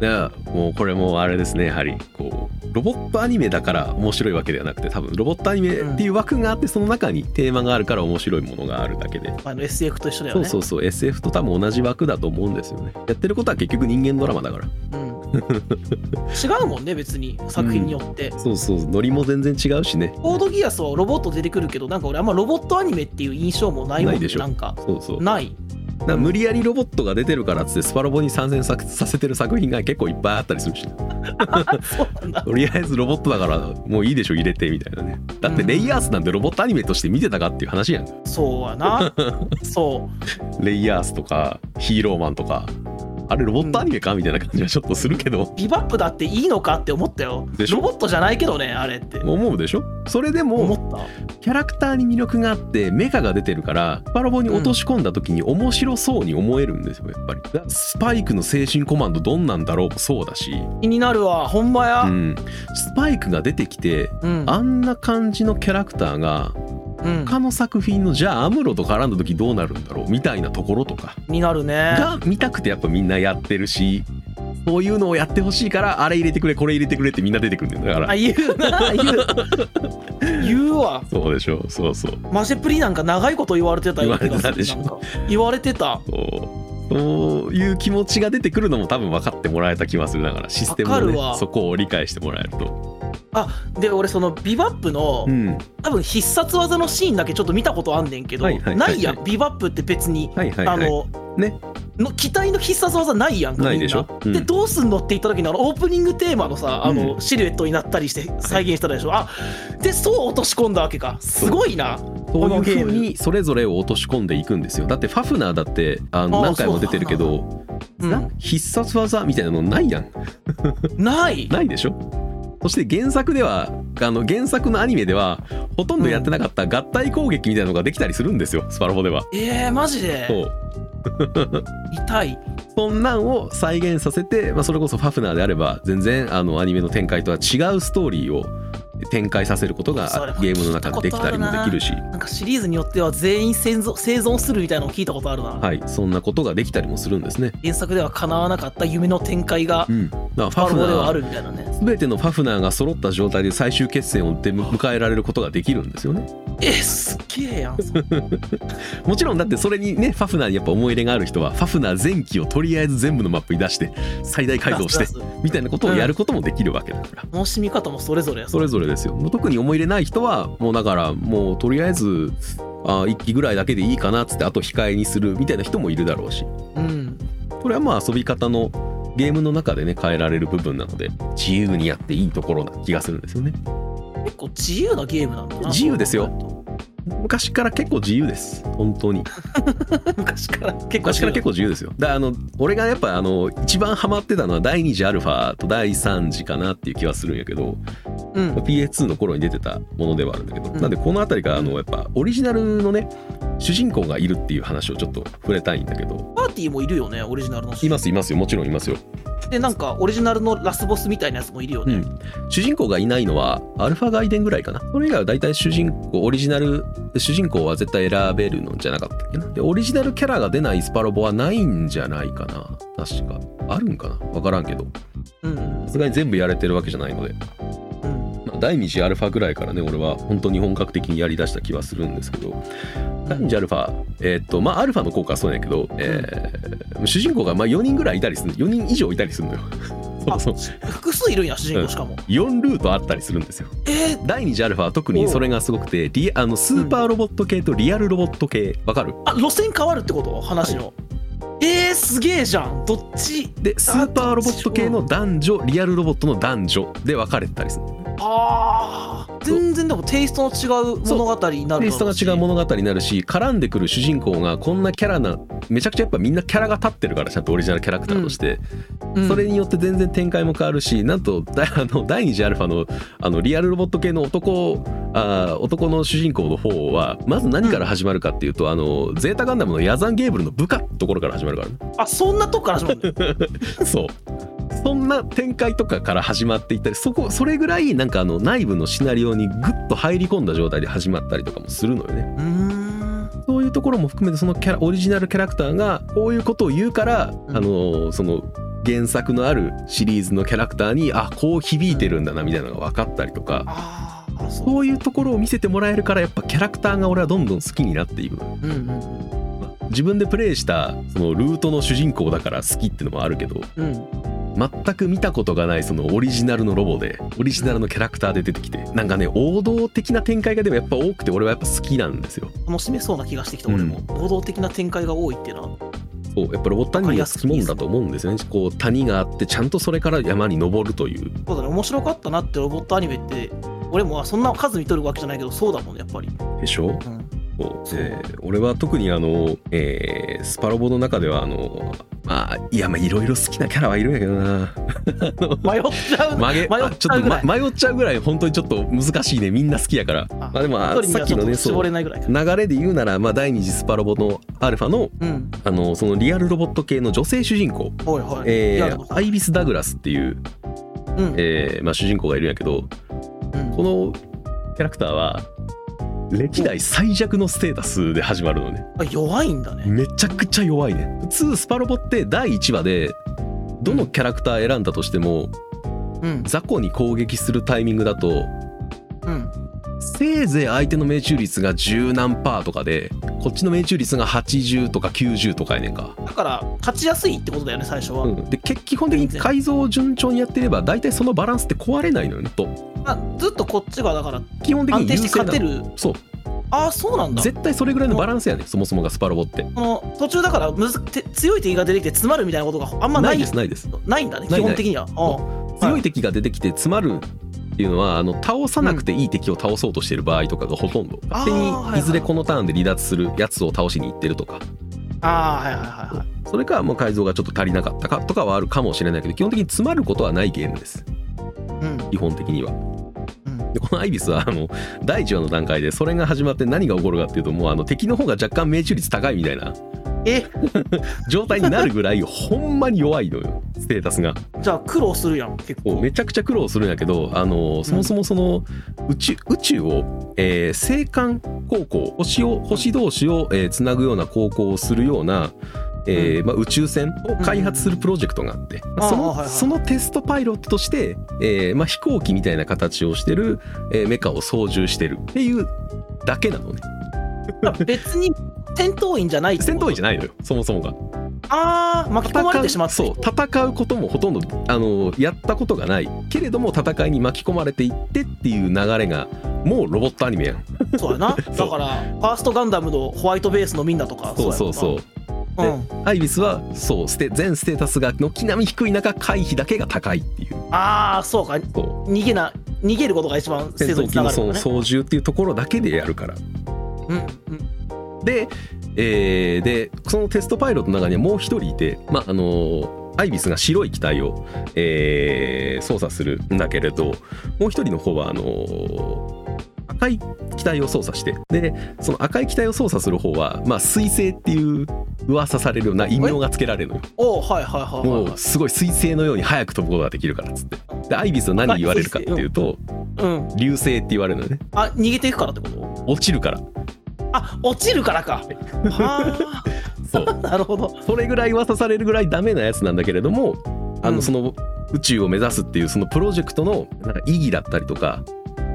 Speaker 1: いやもうこれもうあれですねやはりこうロボットアニメだから面白いわけではなくて多分ロボットアニメっていう枠があってその中にテーマがあるから面白いものがあるだけで、
Speaker 2: あの SF と一緒だよ
Speaker 1: そう
Speaker 2: ね
Speaker 1: そうそう SF と多分同じ枠だと思うんですよねやってることは結局人間ドラマだから
Speaker 2: うん、違うもんね別に作品によって、
Speaker 1: そうそうノリも全然違うしね
Speaker 2: コードギアスはロボット出てくるけどなんか俺あんまロボットアニメっていう印象もないもん
Speaker 1: ないでしょ
Speaker 2: んか
Speaker 1: そうそう
Speaker 2: ない
Speaker 1: だから無理やりロボットが出てるからっつってスパロボに参戦ささせてる作品が結構いっぱいあったりするし
Speaker 2: そうなんだ
Speaker 1: とりあえずロボットだからもういいでしょ入れてみたいなねだってレイヤースなんてロボットアニメとして見てたかっていう話やん
Speaker 2: そう
Speaker 1: (laughs)
Speaker 2: やなそう
Speaker 1: レイヤースとかヒーローマンとかあれロボットアニメかみたいな感じはちょっとするけど、
Speaker 2: ビバップだっていいのかって思ったよ
Speaker 1: でしょ
Speaker 2: ロボットじゃないけどねあれって
Speaker 1: 思うでしょそれで
Speaker 2: 思
Speaker 1: も
Speaker 2: った
Speaker 1: キャラクターに魅力があってメカが出てるからスパロボに落とし込んだ時に面白そうに思えるんですよやっぱりだスパイクの精神コマンドどんなんだろうもそうだし、
Speaker 2: 気になるわほんまや
Speaker 1: うん、スパイクが出てきて
Speaker 2: うん
Speaker 1: あんな感じのキャラクターが
Speaker 2: うん
Speaker 1: 他の作品のじゃあアムロと絡んだ時どうなるんだろうみたいなところとか
Speaker 2: 気になるね
Speaker 1: が見たくてやっぱみんなやってるしそういうのをやってほしいからあれ入れてくれこれ入れてくれってみんな出てくるんだよだか
Speaker 2: あ
Speaker 1: ら
Speaker 2: 言うな言う
Speaker 1: (laughs)
Speaker 2: 言うわ
Speaker 1: そうでしょそうそう
Speaker 2: マジェプリなんか長いこと言われてたような気がす
Speaker 1: 言われてたでしょ
Speaker 2: るなんか言われてた
Speaker 1: そうそういう気持ちが出てくるのも多分分かってもらえた気はするだからシステム
Speaker 2: わ
Speaker 1: の、
Speaker 2: かる
Speaker 1: ね
Speaker 2: わ、
Speaker 1: そこを理解してもらえると
Speaker 2: で俺そのビバップの
Speaker 1: うん
Speaker 2: 多分必殺技のシーンだけちょっと見たことあんねんけど
Speaker 1: はいはいはいは
Speaker 2: ないいやんビバップって別に
Speaker 1: はいはい
Speaker 2: あ
Speaker 1: はい
Speaker 2: の
Speaker 1: ね
Speaker 2: の機体の必殺技ないやんか
Speaker 1: ない
Speaker 2: みん
Speaker 1: でしょ
Speaker 2: な
Speaker 1: うん
Speaker 2: でどうすんのって言った時のあのオープニングテーマのさあ
Speaker 1: う
Speaker 2: のシルエットになったりして再現したでしょあでそう落とし込んだわけかすごいな
Speaker 1: そ
Speaker 2: こ
Speaker 1: うい
Speaker 2: の
Speaker 1: う
Speaker 2: ゲーム
Speaker 1: 風にそれぞれを落とし込んでいくんですよだってファフナーだってあの
Speaker 2: あー
Speaker 1: 何回も出てるけど
Speaker 2: うん
Speaker 1: な必殺技みたいなのないやん
Speaker 2: ない
Speaker 1: ないでしょそして原作ではあの原作のアニメではほとんどやってなかった合体攻撃みたいなのができたりするんですよスパロボでは
Speaker 2: えーマジで
Speaker 1: そう
Speaker 2: 痛い。
Speaker 1: そんなんを再現させて、まあ、それこそファフナーであれば全然あのアニメの展開とは違うストーリーを展開させること
Speaker 2: それ
Speaker 1: が
Speaker 2: も
Speaker 1: ゲームの中でできたりもできるし、
Speaker 2: なんかシリーズによっては全員生存生存するみたいなのを聞いたことあるな。
Speaker 1: はい、そんなことができたりもするんですね。
Speaker 2: 原作では叶わなかった夢の展開が
Speaker 1: う。ん、だからフ
Speaker 2: パ
Speaker 1: ァ
Speaker 2: ロ
Speaker 1: フナ
Speaker 2: ボではあ
Speaker 1: ー
Speaker 2: るみたいなね。
Speaker 1: 全てのファフナーが揃った状態で最終決戦を出む迎えられることができるんですよね。
Speaker 2: え、すっげえやん。
Speaker 1: もちろんだってそれにねファフナーにやっぱ思い入れがある人はファフナー全機をとりあえず全部のマップに出して最大改造して
Speaker 2: プラスプラス
Speaker 1: みたいなことをやることもできるわけだから。
Speaker 2: 楽しみ方もそれぞれや
Speaker 1: それぞれですよ特に思い入れない人はもうだからもうとりあえずあ1機ぐらいだけでいいかなっつってあと控えにするみたいな人もいるだろうし
Speaker 2: うん。
Speaker 1: これはまあ遊び方のゲームの中でね変えられる部分なので自由にやっていいところな気がするんですよね
Speaker 2: 結構自由なゲームなんだな。
Speaker 1: 自由ですよ
Speaker 2: そう考
Speaker 1: 昔から結構自由です本当に
Speaker 2: えると。 (laughs) 昔から結構
Speaker 1: 昔から
Speaker 2: 自
Speaker 1: 結構自由ですよだからあの俺がやっぱあの一番ハマってたのは第2次アルファと第3次かなっていう気はするんやけど
Speaker 2: 由だ。うん。
Speaker 1: PS2 の頃に出てたものではあるんだけど、
Speaker 2: うん
Speaker 1: なんでこの辺りからあ
Speaker 2: う
Speaker 1: の
Speaker 2: ん
Speaker 1: やっぱオリジナルのね主人公がいるっていう話をちょっと触れたいんだけど
Speaker 2: パーティーもいるよね、オリジナルの。
Speaker 1: いますいますよもちろんいますよ、
Speaker 2: で、なんかオリジナルのラスボスみたいなやつもいるよ
Speaker 1: う
Speaker 2: ね。
Speaker 1: ん、主人公がいないのはアルファガイデンぐらいかなそれ以外は大体主人公オリジナル主人公は絶対選べるのじゃなかったっけなでオリジナルキャラが出ないスパロボはないんじゃないかな確かあるんかな分からんけど
Speaker 2: うん。うん
Speaker 1: さすがに全部やれてるわけじゃないのでまあ第2次アルファぐらいからね俺は本当に本格的にやりだした気はするんですけど第2次アルファえーっとまあアルファの効果はそうなんやけど、えー主人公がまあ4人ぐらいいたりする4人以上いたりする
Speaker 2: (laughs)
Speaker 1: のよそうそう
Speaker 2: 複数いるんや、主人公しかも。
Speaker 1: 4ルートあったりするんですよ
Speaker 2: えー、
Speaker 1: 第2次アルファは特にそれがすごくてリあのスーパーロボット系とリアルロボット系わかる
Speaker 2: あ路線変わるってこと話の。えー、すげえじゃん。どっち
Speaker 1: でスーパーロボット系の男女リアルロボットの男女で分かれてたりする
Speaker 2: あー全然でもテイストの違う物語になる
Speaker 1: テイストが違う
Speaker 2: も
Speaker 1: 物語になるし絡んでくる主人公がこんなキャラなめちゃくちゃやっぱみんなキャラが立ってるからちゃんとオリジナルキャラクターとして、
Speaker 2: の
Speaker 1: それによって全然展開も変わるしなんとだ (laughs) あの第2次アルファのあのリアルロボット系の男あー男の主人公の方はまず何から始まるかっていうと、あのゼータガンダムのヤザンゲーブルの部下ってところから始まるからね
Speaker 2: あそんなとこから始まるの
Speaker 1: そう。そんな展開とかから始まっていったりそこそれぐらいなんかあの内部のシナリオにグッと入り込んだ状態で始まったりとかもするのよね
Speaker 2: (laughs) うーん
Speaker 1: そういうところも含めてそのキャラオリジナルキャラクターがこういうことを言うから、
Speaker 2: うん
Speaker 1: あのその原作のあるシリーズのキャラクターにあこう響いてるんだなみたいなのが分かったりとか
Speaker 2: あーあそう
Speaker 1: そういうところを見せてもらえるからやっぱキャラクターが俺はどんどん好きになっていくのよ
Speaker 2: うんうん
Speaker 1: まあ自分でプレイしたそのルートの主人公だから好きってのもあるけど
Speaker 2: うん
Speaker 1: 全く見たことがないそのオリジナルのロボでオリジナルのキャラクターで出てきてなんかね王道的な展開がでもやっぱ多くて俺はやっぱ好きなんですよ
Speaker 2: 楽しめそうな気がしてきた俺も能動的な展開が多いっていうのは
Speaker 1: そうやっぱロボットアニメが好きもんだと思うんですよねこう谷があってちゃんとそれから山に登るという
Speaker 2: そうだね面白かったなってロボットアニメって俺もあそんな数見とるわけじゃないけどそうだもんねやっぱり、
Speaker 1: でしょ
Speaker 2: うん、
Speaker 1: そう
Speaker 2: そう
Speaker 1: で俺は特にあの、えースパロボの中ではあのまあいやまあいろいろ好きなキャラはいるんやけどな
Speaker 2: 迷っちゃう
Speaker 1: 曲げ
Speaker 2: 迷っちゃう
Speaker 1: あちょっと、
Speaker 2: ぐら
Speaker 1: ま
Speaker 2: い、
Speaker 1: 迷っちゃうぐらい本当にちょっと難しいねみんな好きやからまあでもあ
Speaker 2: 一人に
Speaker 1: さ
Speaker 2: は
Speaker 1: っき
Speaker 2: ちょっ
Speaker 1: の
Speaker 2: と
Speaker 1: ねそ
Speaker 2: 絞
Speaker 1: う
Speaker 2: れないぐらいか
Speaker 1: 流れで言うなら、まあ、第二次スパロボのアルファの
Speaker 2: うん
Speaker 1: あのそのリアルロボット系の女性主人公、
Speaker 2: はいはい、
Speaker 1: え
Speaker 2: リアルの
Speaker 1: ーアイビス・ダグラスっていう、
Speaker 2: うん
Speaker 1: えーまあ、主人公がいるんやけど
Speaker 2: うん
Speaker 1: このキャラクターは歴代最弱のステータスで始まるのね
Speaker 2: あ弱いんだね
Speaker 1: めちゃくちゃ弱いね普通スパロボって第1話でどのキャラクター選んだとしても
Speaker 2: うん
Speaker 1: 雑魚に攻撃するタイミングだと
Speaker 2: うん
Speaker 1: せいぜい相手の命中率が10何パーとかでこっちの命中率が80とか90とかやねんか
Speaker 2: だから勝ちやすいってことだよね最初は、
Speaker 1: うん、でけ基本的に改造を順調にやっていれば大体そのバランスって壊れないのよねと
Speaker 2: あずっとこっちがだから
Speaker 1: 基本的
Speaker 2: 安
Speaker 1: に
Speaker 2: 定
Speaker 1: 優
Speaker 2: して
Speaker 1: 勢な
Speaker 2: 勝
Speaker 1: の
Speaker 2: てる
Speaker 1: そう
Speaker 2: ああそうなんだ
Speaker 1: 絶対それぐらいのバランスやねそもそもがスパロボって
Speaker 2: この途中だからむずて強い敵が出てきて詰まるみたいなことがあんまな
Speaker 1: ないいですないです
Speaker 2: ないんだね
Speaker 1: ない
Speaker 2: 基本的には
Speaker 1: 強い敵が出てきて詰まるっていうのはあの倒さなくていい敵を倒そうとしてる場合とかがほとんど勝
Speaker 2: あーはい
Speaker 1: 手
Speaker 2: は
Speaker 1: に
Speaker 2: い
Speaker 1: いずれこのターンで離脱するやつを倒しに行ってるとか
Speaker 2: ああはいはいはいはい
Speaker 1: それかもう改造がちょっと足りなかったかとかはあるかもしれないけど基本的に詰まることはないゲームです基本的には
Speaker 2: うんうん
Speaker 1: でこのアイビスはあの第1話の段階でそれが始まって何が起こるかっていうともうあの敵の方が若干命中率高いみたいな
Speaker 2: え
Speaker 1: 状態になるぐらいほんまに弱いのよステータスが
Speaker 2: じゃあ苦労するやん結
Speaker 1: こう
Speaker 2: 構
Speaker 1: めちゃくちゃ苦労するんやけどあのそもそもその宇宙宇宙を、えー、青函航行星を星同士をえーつな、ぐような航行をするような、えーまあ、宇宙船を開発するプロジェクトがあって、
Speaker 2: ん
Speaker 1: そ
Speaker 2: あーはいは
Speaker 1: の
Speaker 2: い
Speaker 1: そのテストパイロットとして、えーまあ、飛行機みたいな形をしてる、えーメカを操縦してるっていうだけなのね
Speaker 2: だから別に戦闘員じゃない
Speaker 1: 戦闘員じゃ
Speaker 2: ない
Speaker 1: ないのよそもそもが。
Speaker 2: ああ巻き込まれてしまった
Speaker 1: そう戦うこともほとんどあのやったことがないけれども戦いに巻き込まれていってっていう流れがもうロボットアニメやん
Speaker 2: そうやなだか
Speaker 1: (laughs)
Speaker 2: ら
Speaker 1: そう
Speaker 2: ファーストガンダムのホワイトベースのみんなとか
Speaker 1: そうそうそうう
Speaker 2: や
Speaker 1: で
Speaker 2: もんな、うん、
Speaker 1: アイビスはそうステ全ステータスが軒並み低い中回避だけが高いっていう
Speaker 2: ああそうか
Speaker 1: そう
Speaker 2: 逃げな逃げることが一番
Speaker 1: 戦
Speaker 2: 生存に
Speaker 1: 闘
Speaker 2: つ
Speaker 1: 機
Speaker 2: な
Speaker 1: の
Speaker 2: がる
Speaker 1: そ
Speaker 2: か
Speaker 1: の
Speaker 2: らね
Speaker 1: 操縦っていうところだけでやるから
Speaker 2: うんうん
Speaker 1: で,、えーでそのテストパイロットの中にはもう一人いて、まああのーアイビスが白い機体を、えー操作するんだけれどもう一人の方はあのー赤い機体を操作してでその赤い機体を操作する方は、まあ、彗星っていう噂されるような異名がつけられるのよ
Speaker 2: おおはいはいはいはい
Speaker 1: も
Speaker 2: はいう
Speaker 1: すごい彗星のように早く飛ぶことができるからっつってでアイビスは何言われるかっていうと
Speaker 2: うん
Speaker 1: 流星って言われるのよね
Speaker 2: あ逃げていくからってこと
Speaker 1: 落ちるから
Speaker 2: あ落ちるからかは
Speaker 1: そう
Speaker 2: あなるほど
Speaker 1: それぐらい噂されるぐらいダメなやつなんだけれどもあ
Speaker 2: う
Speaker 1: の
Speaker 2: ん
Speaker 1: その宇宙を目指すっていうそのプロジェクトのなんか意義だったりとか、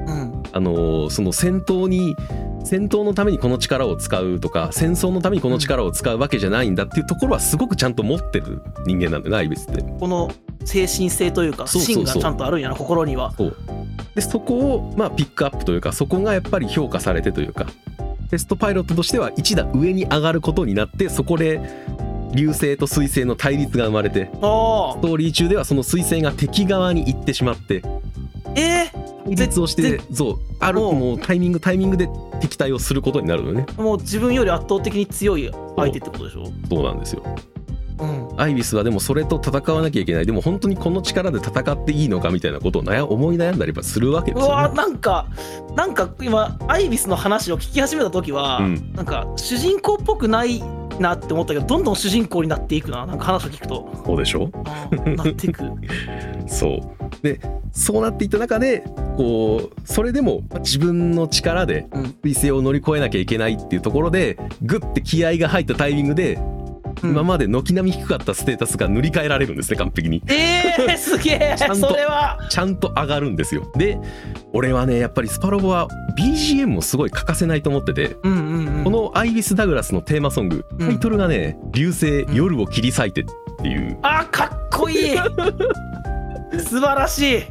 Speaker 2: うん
Speaker 1: あのーその戦闘に戦闘のためにこの力を使うとか戦争のためにこの力を使うわけじゃないんだっていうところはすごくちゃんと持ってる人間なんだよなアイビスって。
Speaker 2: この精神性というか
Speaker 1: そうそうそう
Speaker 2: 芯がちゃんとあるんやな心には
Speaker 1: そうでそこをまあピックアップというかそこがやっぱり評価されてというかテストパイロットとしては一段上に上がることになってそこで流星と彗星の対立が生まれて
Speaker 2: あ
Speaker 1: ストーリー中ではその彗星が敵側に行ってしまって
Speaker 2: あえー
Speaker 1: 対立をして
Speaker 2: ぜ
Speaker 1: そうある
Speaker 2: おう
Speaker 1: もうタイミングタイミングで敵対をすることになるのね
Speaker 2: もう自分より圧倒的に強い相手ってことでしょ
Speaker 1: そうなんですよ
Speaker 2: うん
Speaker 1: アイビスはでもそれと戦わなきゃいけないでも本当にこの力で戦っていいのかみたいなことを悩思い悩んだりはするわけ
Speaker 2: う
Speaker 1: ですよ
Speaker 2: わ
Speaker 1: ね
Speaker 2: なんかなんか今アイビスの話を聞き始めた時は、
Speaker 1: うん
Speaker 2: なんか主人公っぽくないなって思ったけどどんどん主人公になっていくななんか話を聞くと
Speaker 1: そうでしょ
Speaker 2: あーなっていく
Speaker 1: そうでそうなっていった中でこうそれでも自分の力で
Speaker 2: うん
Speaker 1: 彗星を乗り越えなきゃいけないっていうところでグッて気合が入ったタイミングで、
Speaker 2: うん
Speaker 1: 今まで軒並み低かったステータスが塗り替えられるんですね完璧に
Speaker 2: えー、すげえ
Speaker 1: ちゃんと
Speaker 2: それは
Speaker 1: ちゃんと上がるんですよで俺はねやっぱりスパロボは BGM もすごい欠かせないと思ってて
Speaker 2: うんうん、うん、
Speaker 1: このアイビス・ダグラスのテーマソング
Speaker 2: うん
Speaker 1: タイトルがね「流星夜を切り裂いて」っていう
Speaker 2: あーかっこ (laughs) いい素晴らしい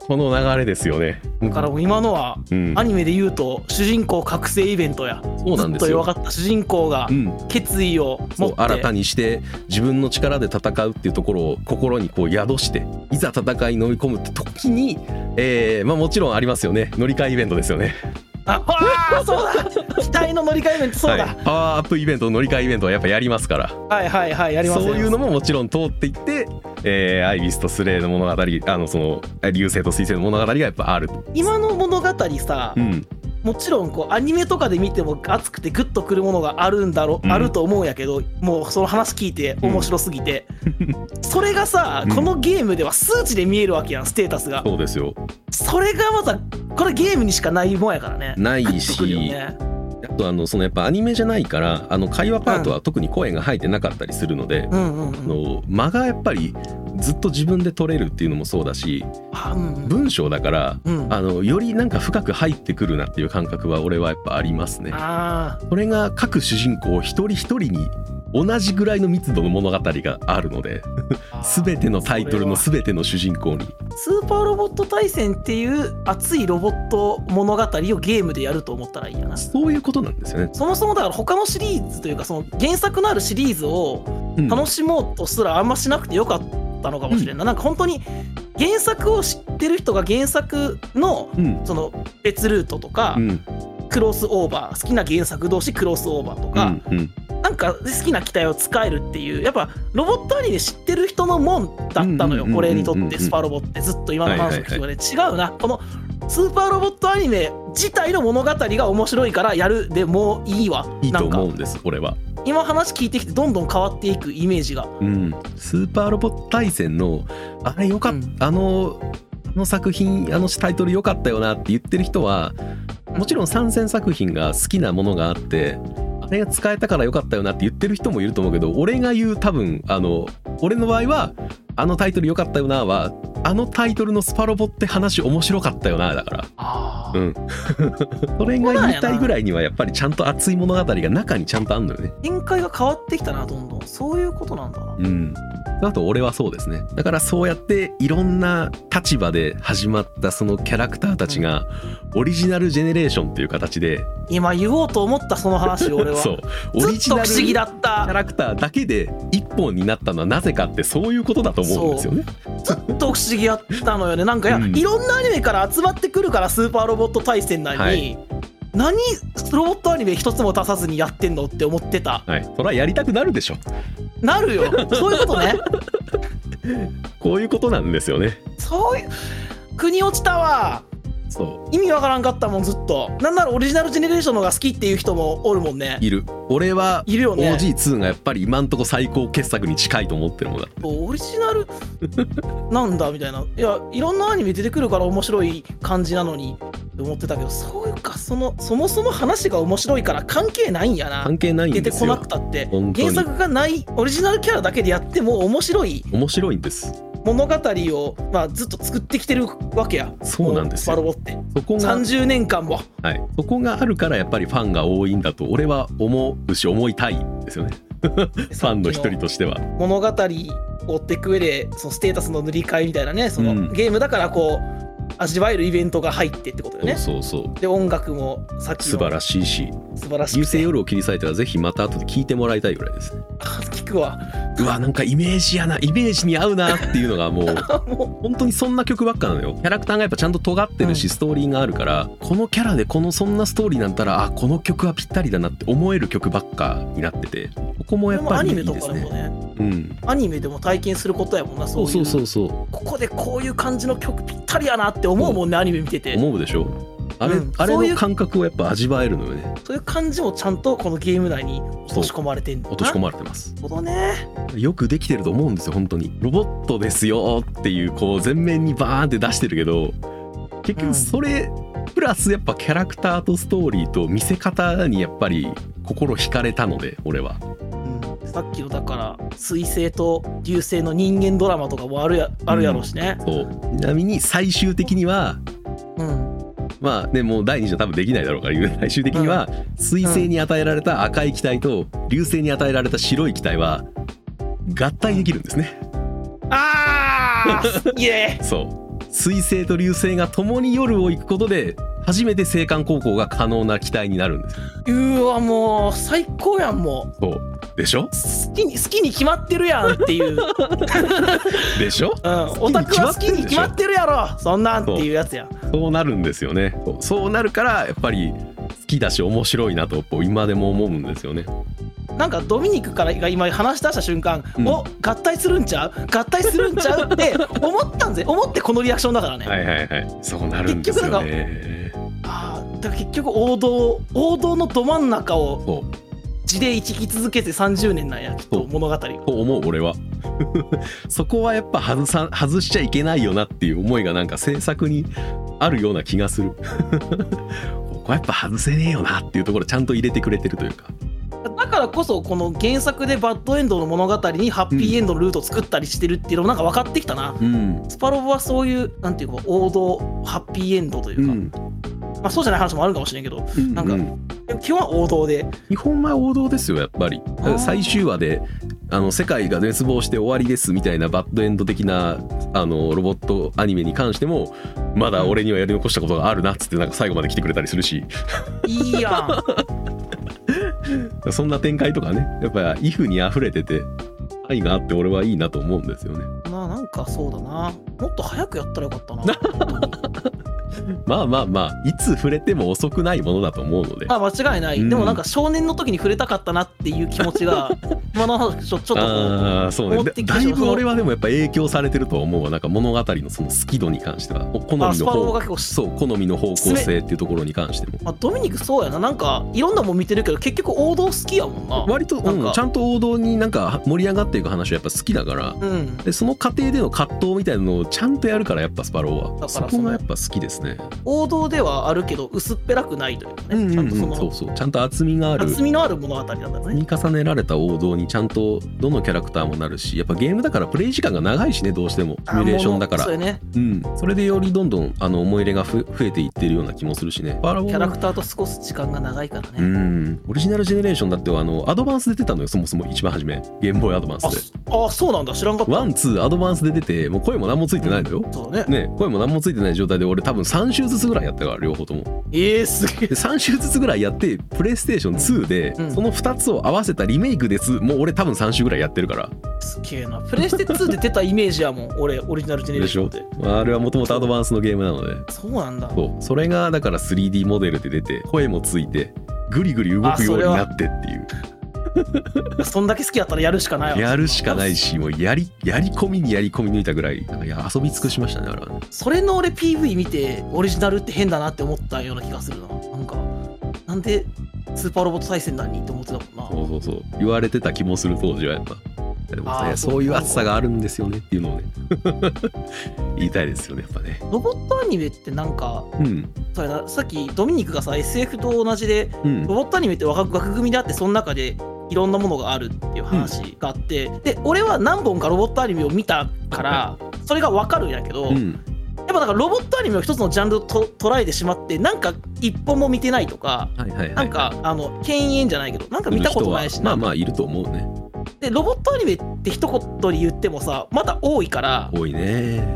Speaker 1: この流れですよね。
Speaker 2: だからもう今のは
Speaker 1: うん、
Speaker 2: アニメで言うと主人公覚醒イベントや
Speaker 1: そうなんで
Speaker 2: ずっと
Speaker 1: すよ
Speaker 2: 弱かった主人公が
Speaker 1: うん、
Speaker 2: 決意を
Speaker 1: そ
Speaker 2: 持っ
Speaker 1: う
Speaker 2: て
Speaker 1: 新たにして自分の力で戦うっていうところを心にこう宿していざ戦いに飲み込むって時に、えーまあ、もちろんありますよね乗り換えイベントですよね
Speaker 2: ああー
Speaker 1: (laughs)
Speaker 2: そうだ機体の乗り換えイベントそうだ、
Speaker 1: はい、パワーアップイベント乗り換えイベントはやっぱやりますから
Speaker 2: はいはいはいやります
Speaker 1: そういうの
Speaker 2: も
Speaker 1: ももちろん通っていって、えーアイビスとスレイの物語あのその流星と彗星の物語がやっぱあると、
Speaker 2: 今の物語さ、
Speaker 1: うん、
Speaker 2: もちろんこうアニメとかで見ても熱くてグッとくるものがあるんだろ、
Speaker 1: うん
Speaker 2: あると思うんやけどもうその話聞いて面白すぎ
Speaker 1: (laughs)
Speaker 2: て、それがさ、
Speaker 1: うん
Speaker 2: このゲームでは数値で見えるわけやんステータスが
Speaker 1: そうですよ
Speaker 2: それがまたこれゲームにしかないもんやからね
Speaker 1: ない
Speaker 2: グッとくるよ
Speaker 1: し、
Speaker 2: ね
Speaker 1: あとあのそのやっぱアニメじゃないからあの会話パートは特に声が入ってなかったりするので、
Speaker 2: うんうんう
Speaker 1: あ
Speaker 2: ん
Speaker 1: の間がやっぱりずっと自分で取れるっていうのもそうだし
Speaker 2: あうんうん
Speaker 1: 文章だから
Speaker 2: うん
Speaker 1: あのよりなんか深く入ってくるなっていう感覚は俺はやっぱありますね。
Speaker 2: あ
Speaker 1: これが各主人公一人一人に同じぐらいの密度の物語があるので
Speaker 2: ー
Speaker 1: 全てのタイトルの全ての主人公に
Speaker 2: スーパーロボット対戦っていう熱いロボット物語をゲームでやると思ったらいいやな
Speaker 1: そういうことなんですよね。
Speaker 2: そもそもだから他のシリーズというかその原作のあるシリーズを
Speaker 1: うん
Speaker 2: 楽しもうとすらあんましなくてよかったのかもしれんない、なんか本当に原作を知ってる人が原作の
Speaker 1: うん
Speaker 2: その別ルートとか
Speaker 1: うん
Speaker 2: クロスオーバー好きな原作同士クロスオーバーと
Speaker 1: う
Speaker 2: か、
Speaker 1: んうん
Speaker 2: なんか好きな機体を使えるっていうやっぱロボットアニメ知ってる人のもんだったのよ
Speaker 1: うんうんうんうんうん
Speaker 2: これにとってスパロボってずっと今の話を聞くまで違うなこのスーパーロボットアニメ自体の物語が面白いからやるでもういいわ
Speaker 1: いい
Speaker 2: な
Speaker 1: と
Speaker 2: んか
Speaker 1: 思うんですこれは。
Speaker 2: 今話聞いてきてどんどん変わっていくイメージが
Speaker 1: うん、スーパーロボット大戦のあれよかっ
Speaker 2: うん
Speaker 1: あのあの作品あのタイトル良かったよなって言ってる人はもちろん参戦作品が好きなものがあってあれが使えたから良かったよなって言ってる人もいると思うけど俺が言う多分あの俺の場合はあのタイトル良かったよなはあのタイトルのスパロボって話面白かったよなだから
Speaker 2: あ
Speaker 1: うんそれが言いたいぐらいにはやっぱりちゃんと熱い物語が中にちゃんとあんのよね
Speaker 2: 展開が変わってきたなどんどんそういうことなんだな
Speaker 1: うん、あと俺はそうですねだからそうやっていろんな立場で始まったそのキャラクターたちがオリジナルジェネレーションっていう形で
Speaker 2: 今言おうと思ったその話を俺
Speaker 1: (laughs)
Speaker 2: は
Speaker 1: そうオリ
Speaker 2: ず
Speaker 1: ジ
Speaker 2: っと
Speaker 1: ナ
Speaker 2: 不
Speaker 1: ル
Speaker 2: 思議
Speaker 1: キ
Speaker 2: だった
Speaker 1: ャラクターだけで一本になったのはなぜかってそういうことだと思うんですよね。
Speaker 2: ずっと不思議やったのよねなんかいや、
Speaker 1: うん
Speaker 2: いろんなアニメから集まってくるからスーパーロボット対戦なのに、
Speaker 1: はい
Speaker 2: 何ロボットアニメ一つも出さずにやってんのって思ってた
Speaker 1: はい、それはやりたくなるでしょ
Speaker 2: なるよそういうことね
Speaker 1: こういうことなんですよね。
Speaker 2: そういう国落ちたわ
Speaker 1: そ
Speaker 2: 意味わからんかったもんずっとなんならオリジナルジェネレーションの方が好きっていう人もおるもんね
Speaker 1: ういる俺はい
Speaker 2: るよね
Speaker 1: OG2 がやっぱり今んとこ最高傑作に近いと思ってるもんだ
Speaker 2: オリジナルなんだみたいないやいろんなアニメ出てくるから面白い感じなのにって思ってたけどそういうかそのそもそも話が面白いから関係ないんやな
Speaker 1: 関係ない
Speaker 2: 出
Speaker 1: ん
Speaker 2: て
Speaker 1: です
Speaker 2: こな
Speaker 1: よ
Speaker 2: くたって
Speaker 1: 本当に
Speaker 2: 原作がないオリジナルキャラだけでやっても面白い
Speaker 1: 面白いんです
Speaker 2: 物語を、まあ、ずっと作ってきてるわけや
Speaker 1: そうなんですよ
Speaker 2: このスパロボって
Speaker 1: そこが
Speaker 2: 30年
Speaker 1: (laughs)
Speaker 2: 間も
Speaker 1: はい、そこがあるからやっぱりファンが多いんだと俺は思うし思いたいですよね
Speaker 2: フ
Speaker 1: ファンの一人としては
Speaker 2: 物語を追っていく上でそのステータスの塗り替えみたいなねその、
Speaker 1: うん
Speaker 2: ゲームだからこう味わえるイベントが入ってってことよね
Speaker 1: そうそうそう
Speaker 2: で音楽もさっきの
Speaker 1: 素晴らしいし
Speaker 2: 素晴ら
Speaker 1: 「
Speaker 2: しい
Speaker 1: 優勢夜を切り裂いたらぜひまた後で聞いてもらいたいぐらいですね
Speaker 2: 聞くわ
Speaker 1: (laughs) うわなんかイメージやなイメージに合うなっていうのがもう
Speaker 2: (laughs) も
Speaker 1: 本当にそんな曲ばっかなのよキャラクターがやっぱちゃんと尖ってる
Speaker 2: う
Speaker 1: しストーリーがあるからこのキャラでこのそんなストーリーなんたらあこの曲はぴったりだなって思える曲ばっかになっててここも
Speaker 2: う
Speaker 1: や
Speaker 2: で
Speaker 1: っ
Speaker 2: も
Speaker 1: ぱ
Speaker 2: ア
Speaker 1: りい
Speaker 2: ニ
Speaker 1: い
Speaker 2: メと
Speaker 1: で
Speaker 2: か
Speaker 1: す
Speaker 2: でも
Speaker 1: ね
Speaker 2: ね
Speaker 1: うん
Speaker 2: アニメでも体験することやもんなそ
Speaker 1: そう
Speaker 2: い
Speaker 1: う
Speaker 2: う
Speaker 1: そうそうそう
Speaker 2: ここでこういう感じの曲ぴったりやなって思うもんね、アニメ見てて
Speaker 1: 思うでしょあれ,、
Speaker 2: うん
Speaker 1: あ
Speaker 2: そう
Speaker 1: れ
Speaker 2: いう
Speaker 1: の感覚をやっぱ味わえるのよね
Speaker 2: そういう感じもちゃんとこのゲーム内に落とし込まれてんだ
Speaker 1: 落とし込
Speaker 2: ま
Speaker 1: まれてます
Speaker 2: なるほどね
Speaker 1: よくできてると思うんですよ本当にロボットですよっていうこう全面にバーンって出してるけど結
Speaker 2: うん
Speaker 1: 局それ、プラスやっぱキャラクターとストーリーと見せ方にやっぱり心惹かれたので俺は
Speaker 2: うん、さっきのだから水星と流星の人間ドラマとかもあるやあるやろうしね、
Speaker 1: そうちなみに最終的には
Speaker 2: うん
Speaker 1: まあねもう第二章多分できないだろう (laughs) から最終的には水星に与えられた赤い機体と流星に与えられた白い機体は合体できるんですね
Speaker 2: あ
Speaker 1: (laughs)
Speaker 2: ーイエ
Speaker 1: そう水星と流星が共に夜を行くことで初めて青函高校が可能な機体になるんですよ
Speaker 2: ーうわもう最高やんも
Speaker 1: そうでしょ
Speaker 2: う好きに好きに決まってるやんっ
Speaker 1: (laughs)
Speaker 2: ていう、うん、
Speaker 1: でしょ
Speaker 2: オタクは好きに決まってるやろそんなんっていうやつやん
Speaker 1: (laughs) そうなるんですよねそうそうなるからやっぱり好きだし面白いなとこう今でも思うんですよね
Speaker 2: なんかドミニクからが今話し出した瞬間、
Speaker 1: うん
Speaker 2: お合体するんちゃう合体するんちゃうって思ったんぜ思ってこのリアクションだからね、
Speaker 1: はいはいはいそうなるんですよね
Speaker 2: あーだから結局王道王道のど真ん中を
Speaker 1: そう
Speaker 2: 地で生き続けて30年なんやきっと
Speaker 1: そう
Speaker 2: 物語が
Speaker 1: と思う俺は (laughs) そこはやっぱ外さ外しちゃいけないよなっていう思いがなんか制作にあるような気がする (laughs) ここはやっぱ外せねえよなっていうところちゃんと入れてくれてるというか
Speaker 2: だからこそこの原作でバッドエンドの物語にハッピーエンドのルートを作ったりしてるっていうのもなんか分かってきたな、
Speaker 1: うん
Speaker 2: スパロボはそういうなんていうか王道ハッピーエンドというか、まあ、そうじゃない話もあるかもしれんけどなんかでも基本は王道で
Speaker 1: 日本は王道ですよやっぱり
Speaker 2: ー
Speaker 1: 最終話であの世界が滅亡して終わりですみたいなバッドエンド的なあのロボットアニメに関してもまだ俺にはやり残したことがあるなっつってなんか最後まで来てくれたりするし
Speaker 2: いいやん (laughs)
Speaker 1: そんな展開とかねやっぱ「イフ」に溢れてて愛があって俺はいいなと思うんですよね
Speaker 2: まあなんかそうだなもっと早くやったらよかったな
Speaker 1: まあまあまあいつ触れても遅くないものだと思うので
Speaker 2: あ間違いない、
Speaker 1: うん
Speaker 2: でもなんか少年の時に触れたかったなっていう気持ち
Speaker 1: (laughs)
Speaker 2: が今の話ちょちょっとこう
Speaker 1: あーそうね
Speaker 2: 持っ
Speaker 1: だ
Speaker 2: てきて
Speaker 1: だいぶ俺
Speaker 2: は
Speaker 1: はでもやっぱ影響されてるとは思うわなんか物語のその好き度に関してはお好みの
Speaker 2: スパロボ
Speaker 1: 方
Speaker 2: が結構し、
Speaker 1: そう好みの方向性っていうところに関しても
Speaker 2: まあ、ドミニクそうやななんかいろんなもん見てるけど結局王道好きやもんな
Speaker 1: 割と、
Speaker 2: なん
Speaker 1: う
Speaker 2: か
Speaker 1: ん、ちゃんと王道になんか盛り上がっていく話はやっぱ好きだから
Speaker 2: うん
Speaker 1: でその過程での葛藤みたいなのをちゃんとやるからやっぱスパローは
Speaker 2: から
Speaker 1: そ
Speaker 2: その
Speaker 1: こがやっぱ好きですね
Speaker 2: 王道ではあるけど薄っぺらくないというかね、
Speaker 1: うんうん
Speaker 2: ち
Speaker 1: う
Speaker 2: ゃ
Speaker 1: ん
Speaker 2: んとその
Speaker 1: そうそうちゃんと厚みがある
Speaker 2: 厚みのある物語なんだね
Speaker 1: 積み重ねられた王道にちゃんとどのキャラクターもなるしやっぱゲームだからプレイ時間が長いしねどうしてもシミュレーションだか
Speaker 2: あ
Speaker 1: ら
Speaker 2: もうそうやね
Speaker 1: うん、それでよりどんどんあの思い入れがふ増えていってるような気もするしねスパロボ
Speaker 2: キ
Speaker 1: も
Speaker 2: ャラクターと過ごす時間が長いからね、
Speaker 1: うんオリジナルジェネレーションだってあのアドバンスで出たのよそもそも一番初めゲームボーイアドバンス
Speaker 2: あ
Speaker 1: で
Speaker 2: そあそうなんだ知らんかった
Speaker 1: ワンツーアドバンスで出てもう声も何もついてないのよ、
Speaker 2: そうだね
Speaker 1: ね声も何もついてない状態で俺多分3週ずつぐらいやったから両方とも
Speaker 2: ええー、す
Speaker 1: で
Speaker 2: げえ
Speaker 1: 3週ずつぐらいやってプレイステーション2で、
Speaker 2: うん
Speaker 1: その2つを合わせたリメイクですもう俺多分3週ぐらいやってるから
Speaker 2: すげえなプレステ2で出たイメージやもん俺オリジナルジェネレー
Speaker 1: で
Speaker 2: シ
Speaker 1: し
Speaker 2: ョ
Speaker 1: ょ
Speaker 2: ンで
Speaker 1: あれはもともとアドバンスのゲームなので
Speaker 2: そうなんだ
Speaker 1: そうそれがだから 3D モデルで出て声もついてグリグリ動くようになってっていう
Speaker 2: そんだけ好きやったらやるしかないわ
Speaker 1: やるしかないしもうやりやり込みにやり込み抜いたぐらいなんかいや遊び尽くしましたねあれはね
Speaker 2: それの俺 PV 見てオリジナルって変だなって思ったような気がするななんかなんでスーパーロボット対戦なのにって思ってたもんな
Speaker 1: そうそうそう言われてた気もする当時はやっぱでも
Speaker 2: あ
Speaker 1: ね
Speaker 2: ー
Speaker 1: そういう熱さがあるんですよねっていうのをね (laughs) 言いたいですよねやっぱね
Speaker 2: ロボットアニメってなんか
Speaker 1: うん
Speaker 2: そうやなさっきドミニクがさ SF と同じで
Speaker 1: うん
Speaker 2: ロボットアニメって枠枠組みであってその中でいろんなものがあるっていう話があって、で俺は何本かロボットアニメを見たからそれが分かるんやけど、
Speaker 1: う
Speaker 2: やっ
Speaker 1: ん
Speaker 2: ぱなんかロボットアニメを一つのジャンルと捉えてしまってなんか一本も見てないとか。
Speaker 1: はいはいはい
Speaker 2: なんか、あの牽引じゃないけどなんか見たことない
Speaker 1: い
Speaker 2: し
Speaker 1: る人はまあ
Speaker 2: なんか
Speaker 1: まあいると思うね
Speaker 2: でロボットアニメって一言に言ってもさまだ多いから
Speaker 1: 多いね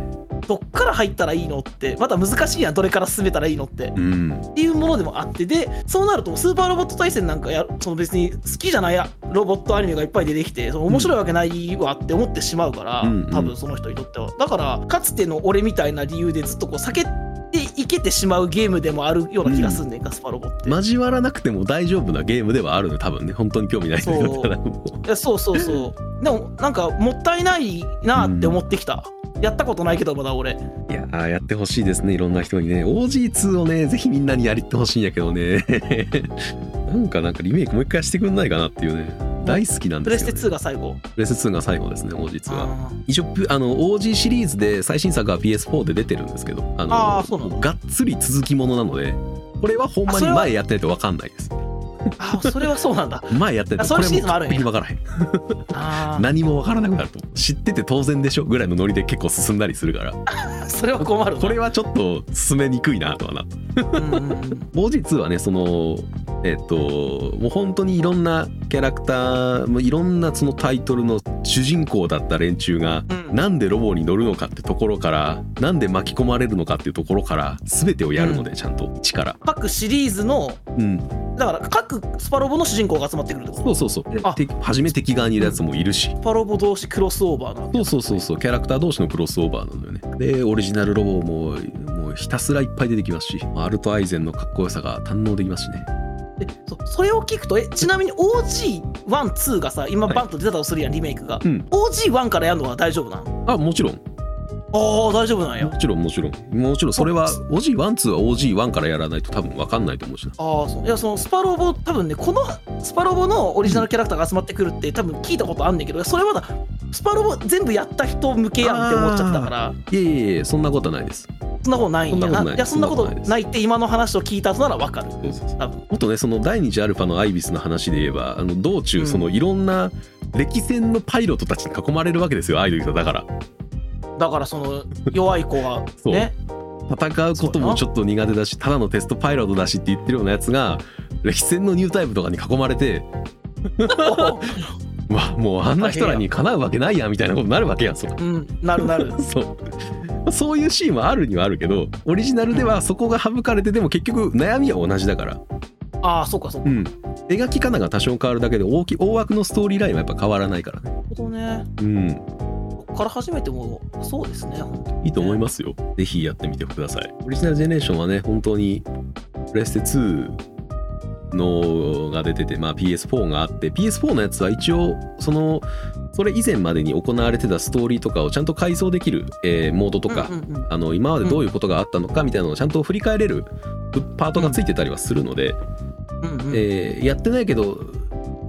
Speaker 2: どっから入ったらいいのってまだ難しいやんどれから進めたらいいのって、
Speaker 1: うん
Speaker 2: っていうものでもあってでそうなるとスーパーロボット対戦なんかやその別に好きじゃないやロボットアニメがいっぱい出てきてその面白いわけないわって思ってしまうから、
Speaker 1: うんうん
Speaker 2: 多分その人にとってはだからかつての俺みたいな理由でずっとこう避けていけてしまうゲームでもあるような気がすんねんか、スパロボって、
Speaker 1: 交わらなくても大丈夫なゲームではあるね多分ね本当に興味ないんだけ
Speaker 2: そ
Speaker 1: ど
Speaker 2: う
Speaker 1: ただもう
Speaker 2: いやそうそう (laughs) そうでもなんかもったいないなって思ってきた、やったことないけどまだ俺
Speaker 1: いやーやってほしいですねいろんな人にね OG2 をねぜひみんなにやりってほしいんやけどね (laughs) なんかなんかリメイクもう一回してくんないかなっていうね大好きなん
Speaker 2: プ
Speaker 1: で
Speaker 2: レ
Speaker 1: す
Speaker 2: ス
Speaker 1: よ、
Speaker 2: テ
Speaker 1: ね、
Speaker 2: 2が最後
Speaker 1: プレステ2が最後ですね OG2 は
Speaker 2: あー
Speaker 1: 一応プあの OG シリーズで最新作は PS4 で出てるんですけどあの
Speaker 2: あーそうなんだ
Speaker 1: がっつり続きものなのでこれはほんま
Speaker 2: あ
Speaker 1: に
Speaker 2: それは
Speaker 1: 前やってないと分かんないです
Speaker 2: あそれはそう (laughs) なんだ
Speaker 1: 前やってないと
Speaker 2: あ
Speaker 1: こ
Speaker 2: そう
Speaker 1: れ
Speaker 2: いうシリー
Speaker 1: も
Speaker 2: ズもある
Speaker 1: 完
Speaker 2: んや
Speaker 1: 璧に分からへん
Speaker 2: あー
Speaker 1: 何も分からなくなると知ってて当然でしょぐらいのノリで結構進んだりするから
Speaker 2: それは困るな
Speaker 1: これはちょっと進めにくいなとはな
Speaker 2: うんうんうん
Speaker 1: 後日はねそのえっともう本当にいろんなキャラクターもういろんなそのタイトルの主人公だった連中が
Speaker 2: (laughs) うん
Speaker 1: なんでロボに乗るのかってところからなんで巻き込まれるのかっていうところから全てをやるので、ちゃんと一から、
Speaker 2: 各シリーズの
Speaker 1: うん、
Speaker 2: だから各スパロボの主人公が集まってくるってこと
Speaker 1: そうそうそうで
Speaker 2: あ
Speaker 1: て初め敵側にいるやつもいるし。
Speaker 2: スパロボ同士クロスオーバーなわけ
Speaker 1: そうそうそうそうキャラクター同士のクロスオーバーなのよねでオリジナルロボももうひたすらいっぱい出てきますしアルトアイゼンのかっこよさが堪能できますしね
Speaker 2: でそそれを聞くとえちなみに OG12 がさ今
Speaker 1: はい
Speaker 2: バンと出たとするやんリメイクが、
Speaker 1: うん
Speaker 2: OG1 からやるのは大丈夫なんあ
Speaker 1: あもちろん
Speaker 2: あー大丈夫なんや
Speaker 1: もちろんもちろんもちろんそれは OG12 は OG1 からやらないと多分分かんないと思うしな
Speaker 2: ああそういやそのスパロボ多分ねこのスパロボのオリジナルキャラクターが集まってくるって多分聞いたことあんねんけどそれまだスパロボ全部やった人向けやんって思っちゃったから
Speaker 1: いえいえいえそんなことはないです
Speaker 2: そんなことないんや
Speaker 1: そんなことない
Speaker 2: いやそんなこと
Speaker 1: そんなことないです
Speaker 2: ないって今の話を聞いた後ならわかる多分
Speaker 1: もっとねその第二次アルファのアイビスの話で言えばあの道
Speaker 2: う
Speaker 1: 中
Speaker 2: ん
Speaker 1: そのいろんな歴戦のパイロットたちに囲まれるわけですよアイドルだから
Speaker 2: だからその弱い子が
Speaker 1: (laughs) そう
Speaker 2: ね
Speaker 1: 戦うこともちょっと苦手だしただのテストパイロットだしって言ってるようなやつが歴戦のニュータイプとかに囲まれ (laughs) てうわもうあんな人らにかなうわけないやみたいなことになるわけやんそら
Speaker 2: うんなるなる (laughs)
Speaker 1: そうそういうシーンはあるにはあるけどオリジナルではそこが省かれてでも結局悩みは同じだから、
Speaker 2: ああそうかそうか
Speaker 1: うん、描き方が多少変わるだけで大き大枠のストーリーラインはやっぱ変わらないからね、
Speaker 2: なるほどね
Speaker 1: うん、
Speaker 2: そっから始めてもそうですね本当に
Speaker 1: いいと思いますよ。ぜひやってみてください。オリジナルジェネレーションはね、本当にプレステ2のが出てて、まあ、PS4 があって、PS4 のやつは一応、その、それ以前までに行われてたストーリーとかをちゃんと改装できる、えーモードとか、
Speaker 2: うんうんうん
Speaker 1: あの今までどういうことがあったのかみたいなのをちゃんと振り返れるパートがついてたりはするので、
Speaker 2: うんうん
Speaker 1: えーやってないけど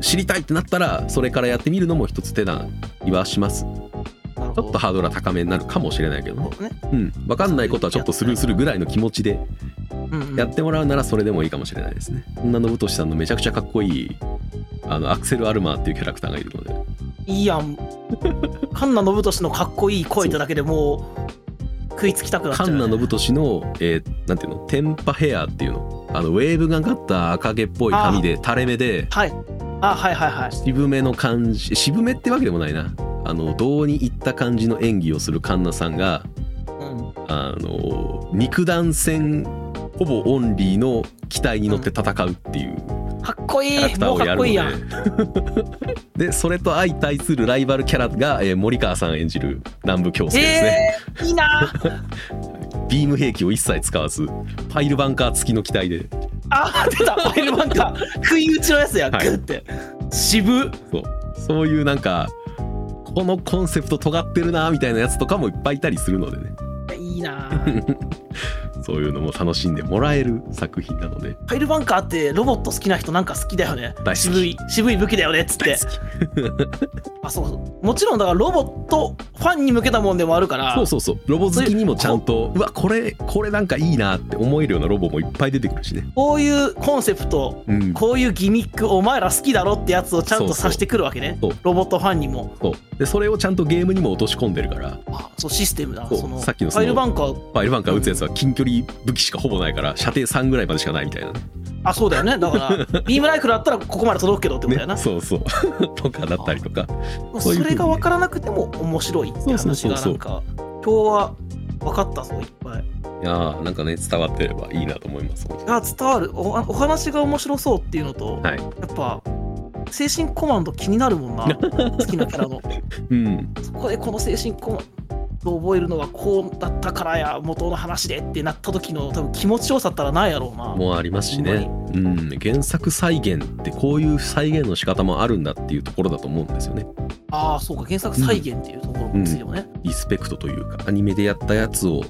Speaker 1: 知りたいってなったらそれからやってみるのも一つ手な気はします
Speaker 2: なるほ
Speaker 1: ち
Speaker 2: ど
Speaker 1: ょっとハードルは高めになるかもしれないけどね
Speaker 2: ね、
Speaker 1: うん、分かんないことはちょっとスルーするぐらいの気持ちで
Speaker 2: うんうん
Speaker 1: やってもらうならそれでもいいかもしれないですねそんな信俊さんのめちゃくちゃかっこいいあのアクセル・アルマーっていうキャラクターがいるので
Speaker 2: いいやん。 (laughs) カンナ信俊のかっこいい声だけでもう食いつきたくなっちゃう、
Speaker 1: カ
Speaker 2: ね。
Speaker 1: ンナ信俊の、えーなんていうのテンパヘアっていうのあのウェーブがかった赤毛っぽい髪で垂れ目で
Speaker 2: はい。あ、はいはいはい。
Speaker 1: 渋めの感じ渋めってわけでもないなあのどうにいった感じの演技をするカンナさんが
Speaker 2: うん、
Speaker 1: あの肉弾戦ほぼオンリーの機体に乗って戦うっていう
Speaker 2: かっこ
Speaker 1: キ
Speaker 2: い
Speaker 1: ャラ
Speaker 2: い。
Speaker 1: クター
Speaker 2: もう
Speaker 1: を
Speaker 2: か
Speaker 1: や
Speaker 2: っこいいや
Speaker 1: る
Speaker 2: ん。
Speaker 1: の (laughs) ででそれと相対するライバルキャラが、えー森川さん演じる南部京介ですね、
Speaker 2: えー、いいな。
Speaker 1: ビーム兵器を一切使わずパイルバンカー付きの機体で
Speaker 2: あ、出た。ファイルバンカー。食い打ちのやつや。グ
Speaker 1: はい
Speaker 2: ッて。渋。
Speaker 1: そうそういうなんかこのコンセプト尖ってるなみたいなやつとかもいっぱいいたりするのでね
Speaker 2: いいな。フ
Speaker 1: そういうのも楽しんでもらえる作品なので
Speaker 2: ァイルバンカーってロボット好きな人なんか好きだよね。
Speaker 1: 大好き
Speaker 2: 渋い渋い武器だよねっつって
Speaker 1: 大好き
Speaker 2: あそうそうもちろんだからロボットファンに向けたもんでもあるから
Speaker 1: そうそうそうロボ好きにもちゃんとうわこれこれなんかいいなって思えるようなロボもいっぱい出てくるしね、
Speaker 2: こういうコンセプト
Speaker 1: うん、
Speaker 2: こういうギミックお前ら好きだろってやつをちゃんとさしてくるわけね
Speaker 1: そうそう
Speaker 2: ロボットファンにも
Speaker 1: そうでそれをちゃんとゲームにも落とし込んでるから
Speaker 2: あそうシステムだ
Speaker 1: そう
Speaker 2: その
Speaker 1: さっきのそ
Speaker 2: フ
Speaker 1: の
Speaker 2: ァイルバンカー
Speaker 1: ファイルバンカー打つやつは近距離武器しかほぼないから射程3ぐらいまでしかないみたいな
Speaker 2: あそうだよねだ
Speaker 1: (laughs)
Speaker 2: からビームライフルだったらここまで届くけどってことだよ
Speaker 1: ね
Speaker 2: な、
Speaker 1: ねそう (laughs) そうとかだったりとかそう
Speaker 2: そ
Speaker 1: いうふうに
Speaker 2: れが分からなくても面白いって
Speaker 1: そう
Speaker 2: 話
Speaker 1: そうそう
Speaker 2: が
Speaker 1: そ
Speaker 2: な
Speaker 1: うん
Speaker 2: か今日は分かったぞいっぱい
Speaker 1: いやーなんかね伝わってればいいなと思います本当に
Speaker 2: あ伝わるおお話が面白そうっていうのと、
Speaker 1: はい
Speaker 2: やっぱ精神コマンド気になるもんな好きなキャラの (laughs)
Speaker 1: うん
Speaker 2: そこでこの精神コマンドを覚えるのはこうだったからや元の話でってなった時の多分気持ちよさったらないやろうな。
Speaker 1: もうありますしね、うん、原作再現ってこういう再現の仕方もあるんだっていうところだと思うんですよね
Speaker 2: ああそうか原作再現っていうところもですよね。
Speaker 1: リスペクトというかアニメでやったやつを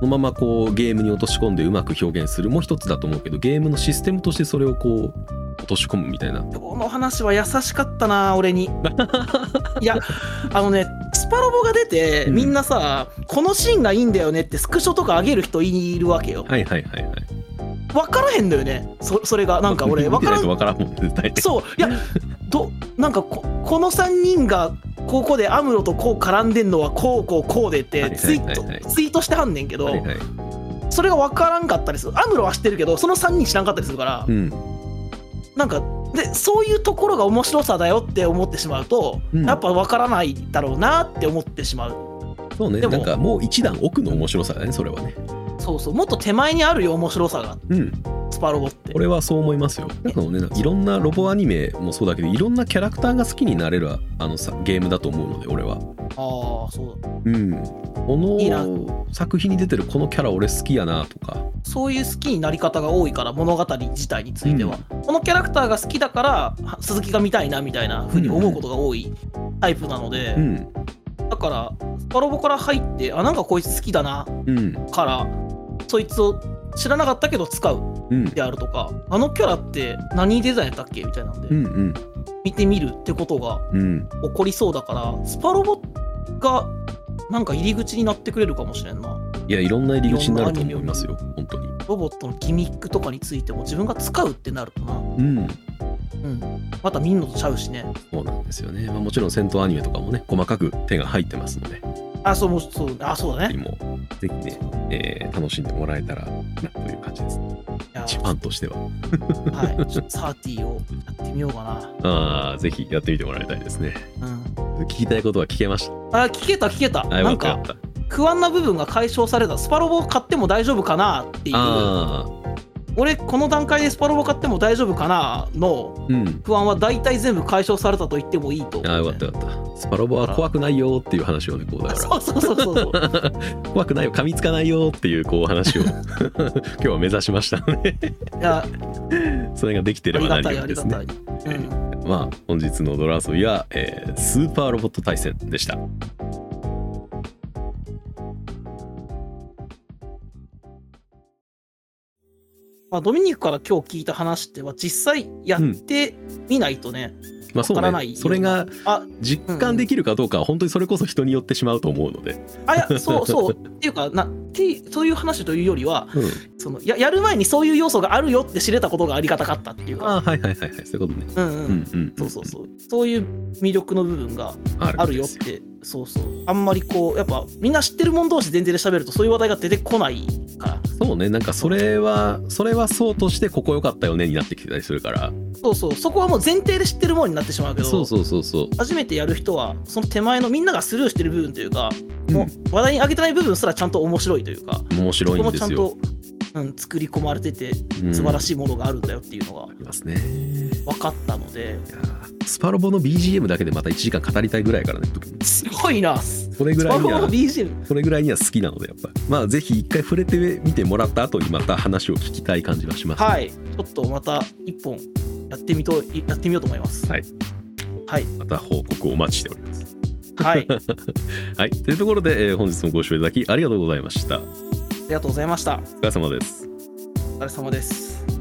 Speaker 1: そのままこうゲームに落とし込んでうまく表現するも一つだと思うけどゲームのシステムとしてそれをこう落とし込むみたいな
Speaker 2: 今日の話は優しかったな
Speaker 1: (laughs)
Speaker 2: 俺に。いやあのねスパロボが出て
Speaker 1: うん
Speaker 2: みんなさ、このシーンがいいんだよねってスクショとか上げる人いるわけよ。
Speaker 1: はいはいはいはい
Speaker 2: 分からへんだよねそそれがなんか俺
Speaker 1: (laughs) 見
Speaker 2: 分
Speaker 1: て
Speaker 2: か
Speaker 1: ない
Speaker 2: らん
Speaker 1: とわからんもん絶対
Speaker 2: そういやどなんかここの3人がここでアムロとこう絡んでんのはこうこうこうでっ
Speaker 1: は
Speaker 2: て
Speaker 1: いはい
Speaker 2: ツイ
Speaker 1: はいはい
Speaker 2: ートツイートしてはんねんけど、
Speaker 1: はいはい
Speaker 2: それが分からんかったりするアムロは知ってるけどその3人知らんかったりするから、
Speaker 1: うん
Speaker 2: なんかでそういうところが面白さだよって思ってしまうと、
Speaker 1: うん
Speaker 2: やっぱ分からないだろうなって思ってしまう
Speaker 1: そうね
Speaker 2: でも
Speaker 1: なんかもう一段奥の面白さだねそれはね
Speaker 2: そうそうもっと手前にあるよ面白さが
Speaker 1: うん
Speaker 2: スパロボって
Speaker 1: 俺はそう思いますよなんかもうねいろんなロボアニメもそうだけどいろんなキャラクターが好きになれるあのさゲームだと思うので俺は
Speaker 2: ああそう
Speaker 1: うんこ
Speaker 2: いいな
Speaker 1: の作品に出てるこのキャラ俺好きやなとか
Speaker 2: そういう好きになり方が多いから物語自体については、このキャラクターが好きだからは鈴木が見たいなみたいな風に思うことが多いタイプなので、
Speaker 1: うん
Speaker 2: だからスパロボから入ってあなんかこいつ好きだな
Speaker 1: うん
Speaker 2: からそいつを知らなかったけど使う
Speaker 1: うん
Speaker 2: であるとかあのキャラって何デザインやったっけみたいなんで、
Speaker 1: うんうん
Speaker 2: 見てみるってことが
Speaker 1: うん
Speaker 2: 起こりそうだからスパロボがなんか入り口になってくれるかもしれんない
Speaker 1: やいろんな入り口になると思いますよ本当に
Speaker 2: ロボットのギミックとかについても自分が使うってなるとな
Speaker 1: うん
Speaker 2: うん、また見んのとちゃうしね。
Speaker 1: そうなんですよね、まあ、もちろん戦闘アニメとかもね細かく手が入ってますので
Speaker 2: あ、そう、もうそう、あ、そうだね。
Speaker 1: もうぜひね、えー楽しんでもらえたらなという感じです
Speaker 2: いや
Speaker 1: 一ファンとしては
Speaker 2: はい、ちょっとサーティーをやってみようか
Speaker 1: あーぜひやってみてもらいたいですね
Speaker 2: な。うん。
Speaker 1: 聞きたいことは聞けました
Speaker 2: あ、聞けた、聞けた。
Speaker 1: あよ
Speaker 2: な
Speaker 1: かっ
Speaker 2: ん
Speaker 1: たよか
Speaker 2: か、
Speaker 1: った
Speaker 2: 不安な部分が解消された。スパロボを買っても大丈夫かなっていう
Speaker 1: あ
Speaker 2: 俺この段階でスパロボ買っても大丈夫かなの
Speaker 1: うん
Speaker 2: 不安は大体全部解消されたと言ってもいいと思う
Speaker 1: ああよかったよかったスパロボは怖くないよっていう話をねこうだから
Speaker 2: そうそうそうそうそう
Speaker 1: (laughs) 怖くないよ噛みつかないよっていうこう話を (laughs) 今日は目指しましたので
Speaker 2: いやあ
Speaker 1: それができてれ
Speaker 2: り
Speaker 1: ば
Speaker 2: が
Speaker 1: 何
Speaker 2: たい
Speaker 1: よ
Speaker 2: あ
Speaker 1: り
Speaker 2: り
Speaker 1: で
Speaker 2: が
Speaker 1: す
Speaker 2: た
Speaker 1: ね
Speaker 2: い、うん、
Speaker 1: まあ本日の泥遊びは、えースーパーロボット対戦でした
Speaker 2: まあ、ドミニクから今日聞いた話っては実際やってみないとね、
Speaker 1: まあそう
Speaker 2: わからない
Speaker 1: ね
Speaker 2: よ
Speaker 1: それが
Speaker 2: あ
Speaker 1: 実感できるかどうかは本当にそれこそ人によってしまうと思うので、
Speaker 2: あいやそ
Speaker 1: (laughs)
Speaker 2: うそうっていうかなってそういう話というよりは
Speaker 1: うん
Speaker 2: そのややる前にそういう要素があるよって知れたことがありがたかったっていう
Speaker 1: あ
Speaker 2: か
Speaker 1: あはいはいはいはいそういうことね
Speaker 2: うんうん、
Speaker 1: うんうん
Speaker 2: そうそうそうそういう魅力の部分があ
Speaker 1: あ
Speaker 2: るよっ
Speaker 1: です
Speaker 2: てそうそうあんまりこうやっぱみんな知ってるもん同士全然で喋るとそういう話題が出てこないから
Speaker 1: そうねなんかそれはそれはそうとしてここ良かったよねになってきてたりするから
Speaker 2: そうそうそこはもう前提で知ってるもんになってしまうけど
Speaker 1: そうそうそうそう
Speaker 2: 初めてやる人はその手前のみんながスルーしてる部分というか、
Speaker 1: うん
Speaker 2: もう話題に挙げてない部分すらちゃんと面白いというか
Speaker 1: 面
Speaker 2: そ
Speaker 1: 白
Speaker 2: こ
Speaker 1: いん
Speaker 2: も
Speaker 1: で
Speaker 2: ちゃん
Speaker 1: すよ
Speaker 2: と、うん、作り込まれてて
Speaker 1: うん
Speaker 2: 素晴らしいものがあるんだよっていうのが
Speaker 1: ありますねい
Speaker 2: 分かったので、
Speaker 1: やースパロボの BGM だけでまた1時間語りたいぐらいからね
Speaker 2: すごいなス
Speaker 1: それぐら
Speaker 2: パ
Speaker 1: いに
Speaker 2: ロボ
Speaker 1: は
Speaker 2: の BGM
Speaker 1: それぐらいには好きなのでやっぱりまあぜひ一回触れてみてもらった後にまた話を聞きたい感じはします、
Speaker 2: はいちょっとまた一本やってみとやってみようと思います
Speaker 1: はい
Speaker 2: はい、
Speaker 1: また報告をお待ちしております
Speaker 2: はい、あ
Speaker 1: はい、というところで、えー本日もご視聴いただきありがとうございました。お
Speaker 2: りがとうございました
Speaker 1: 疲れ様です。
Speaker 2: お疲れ様です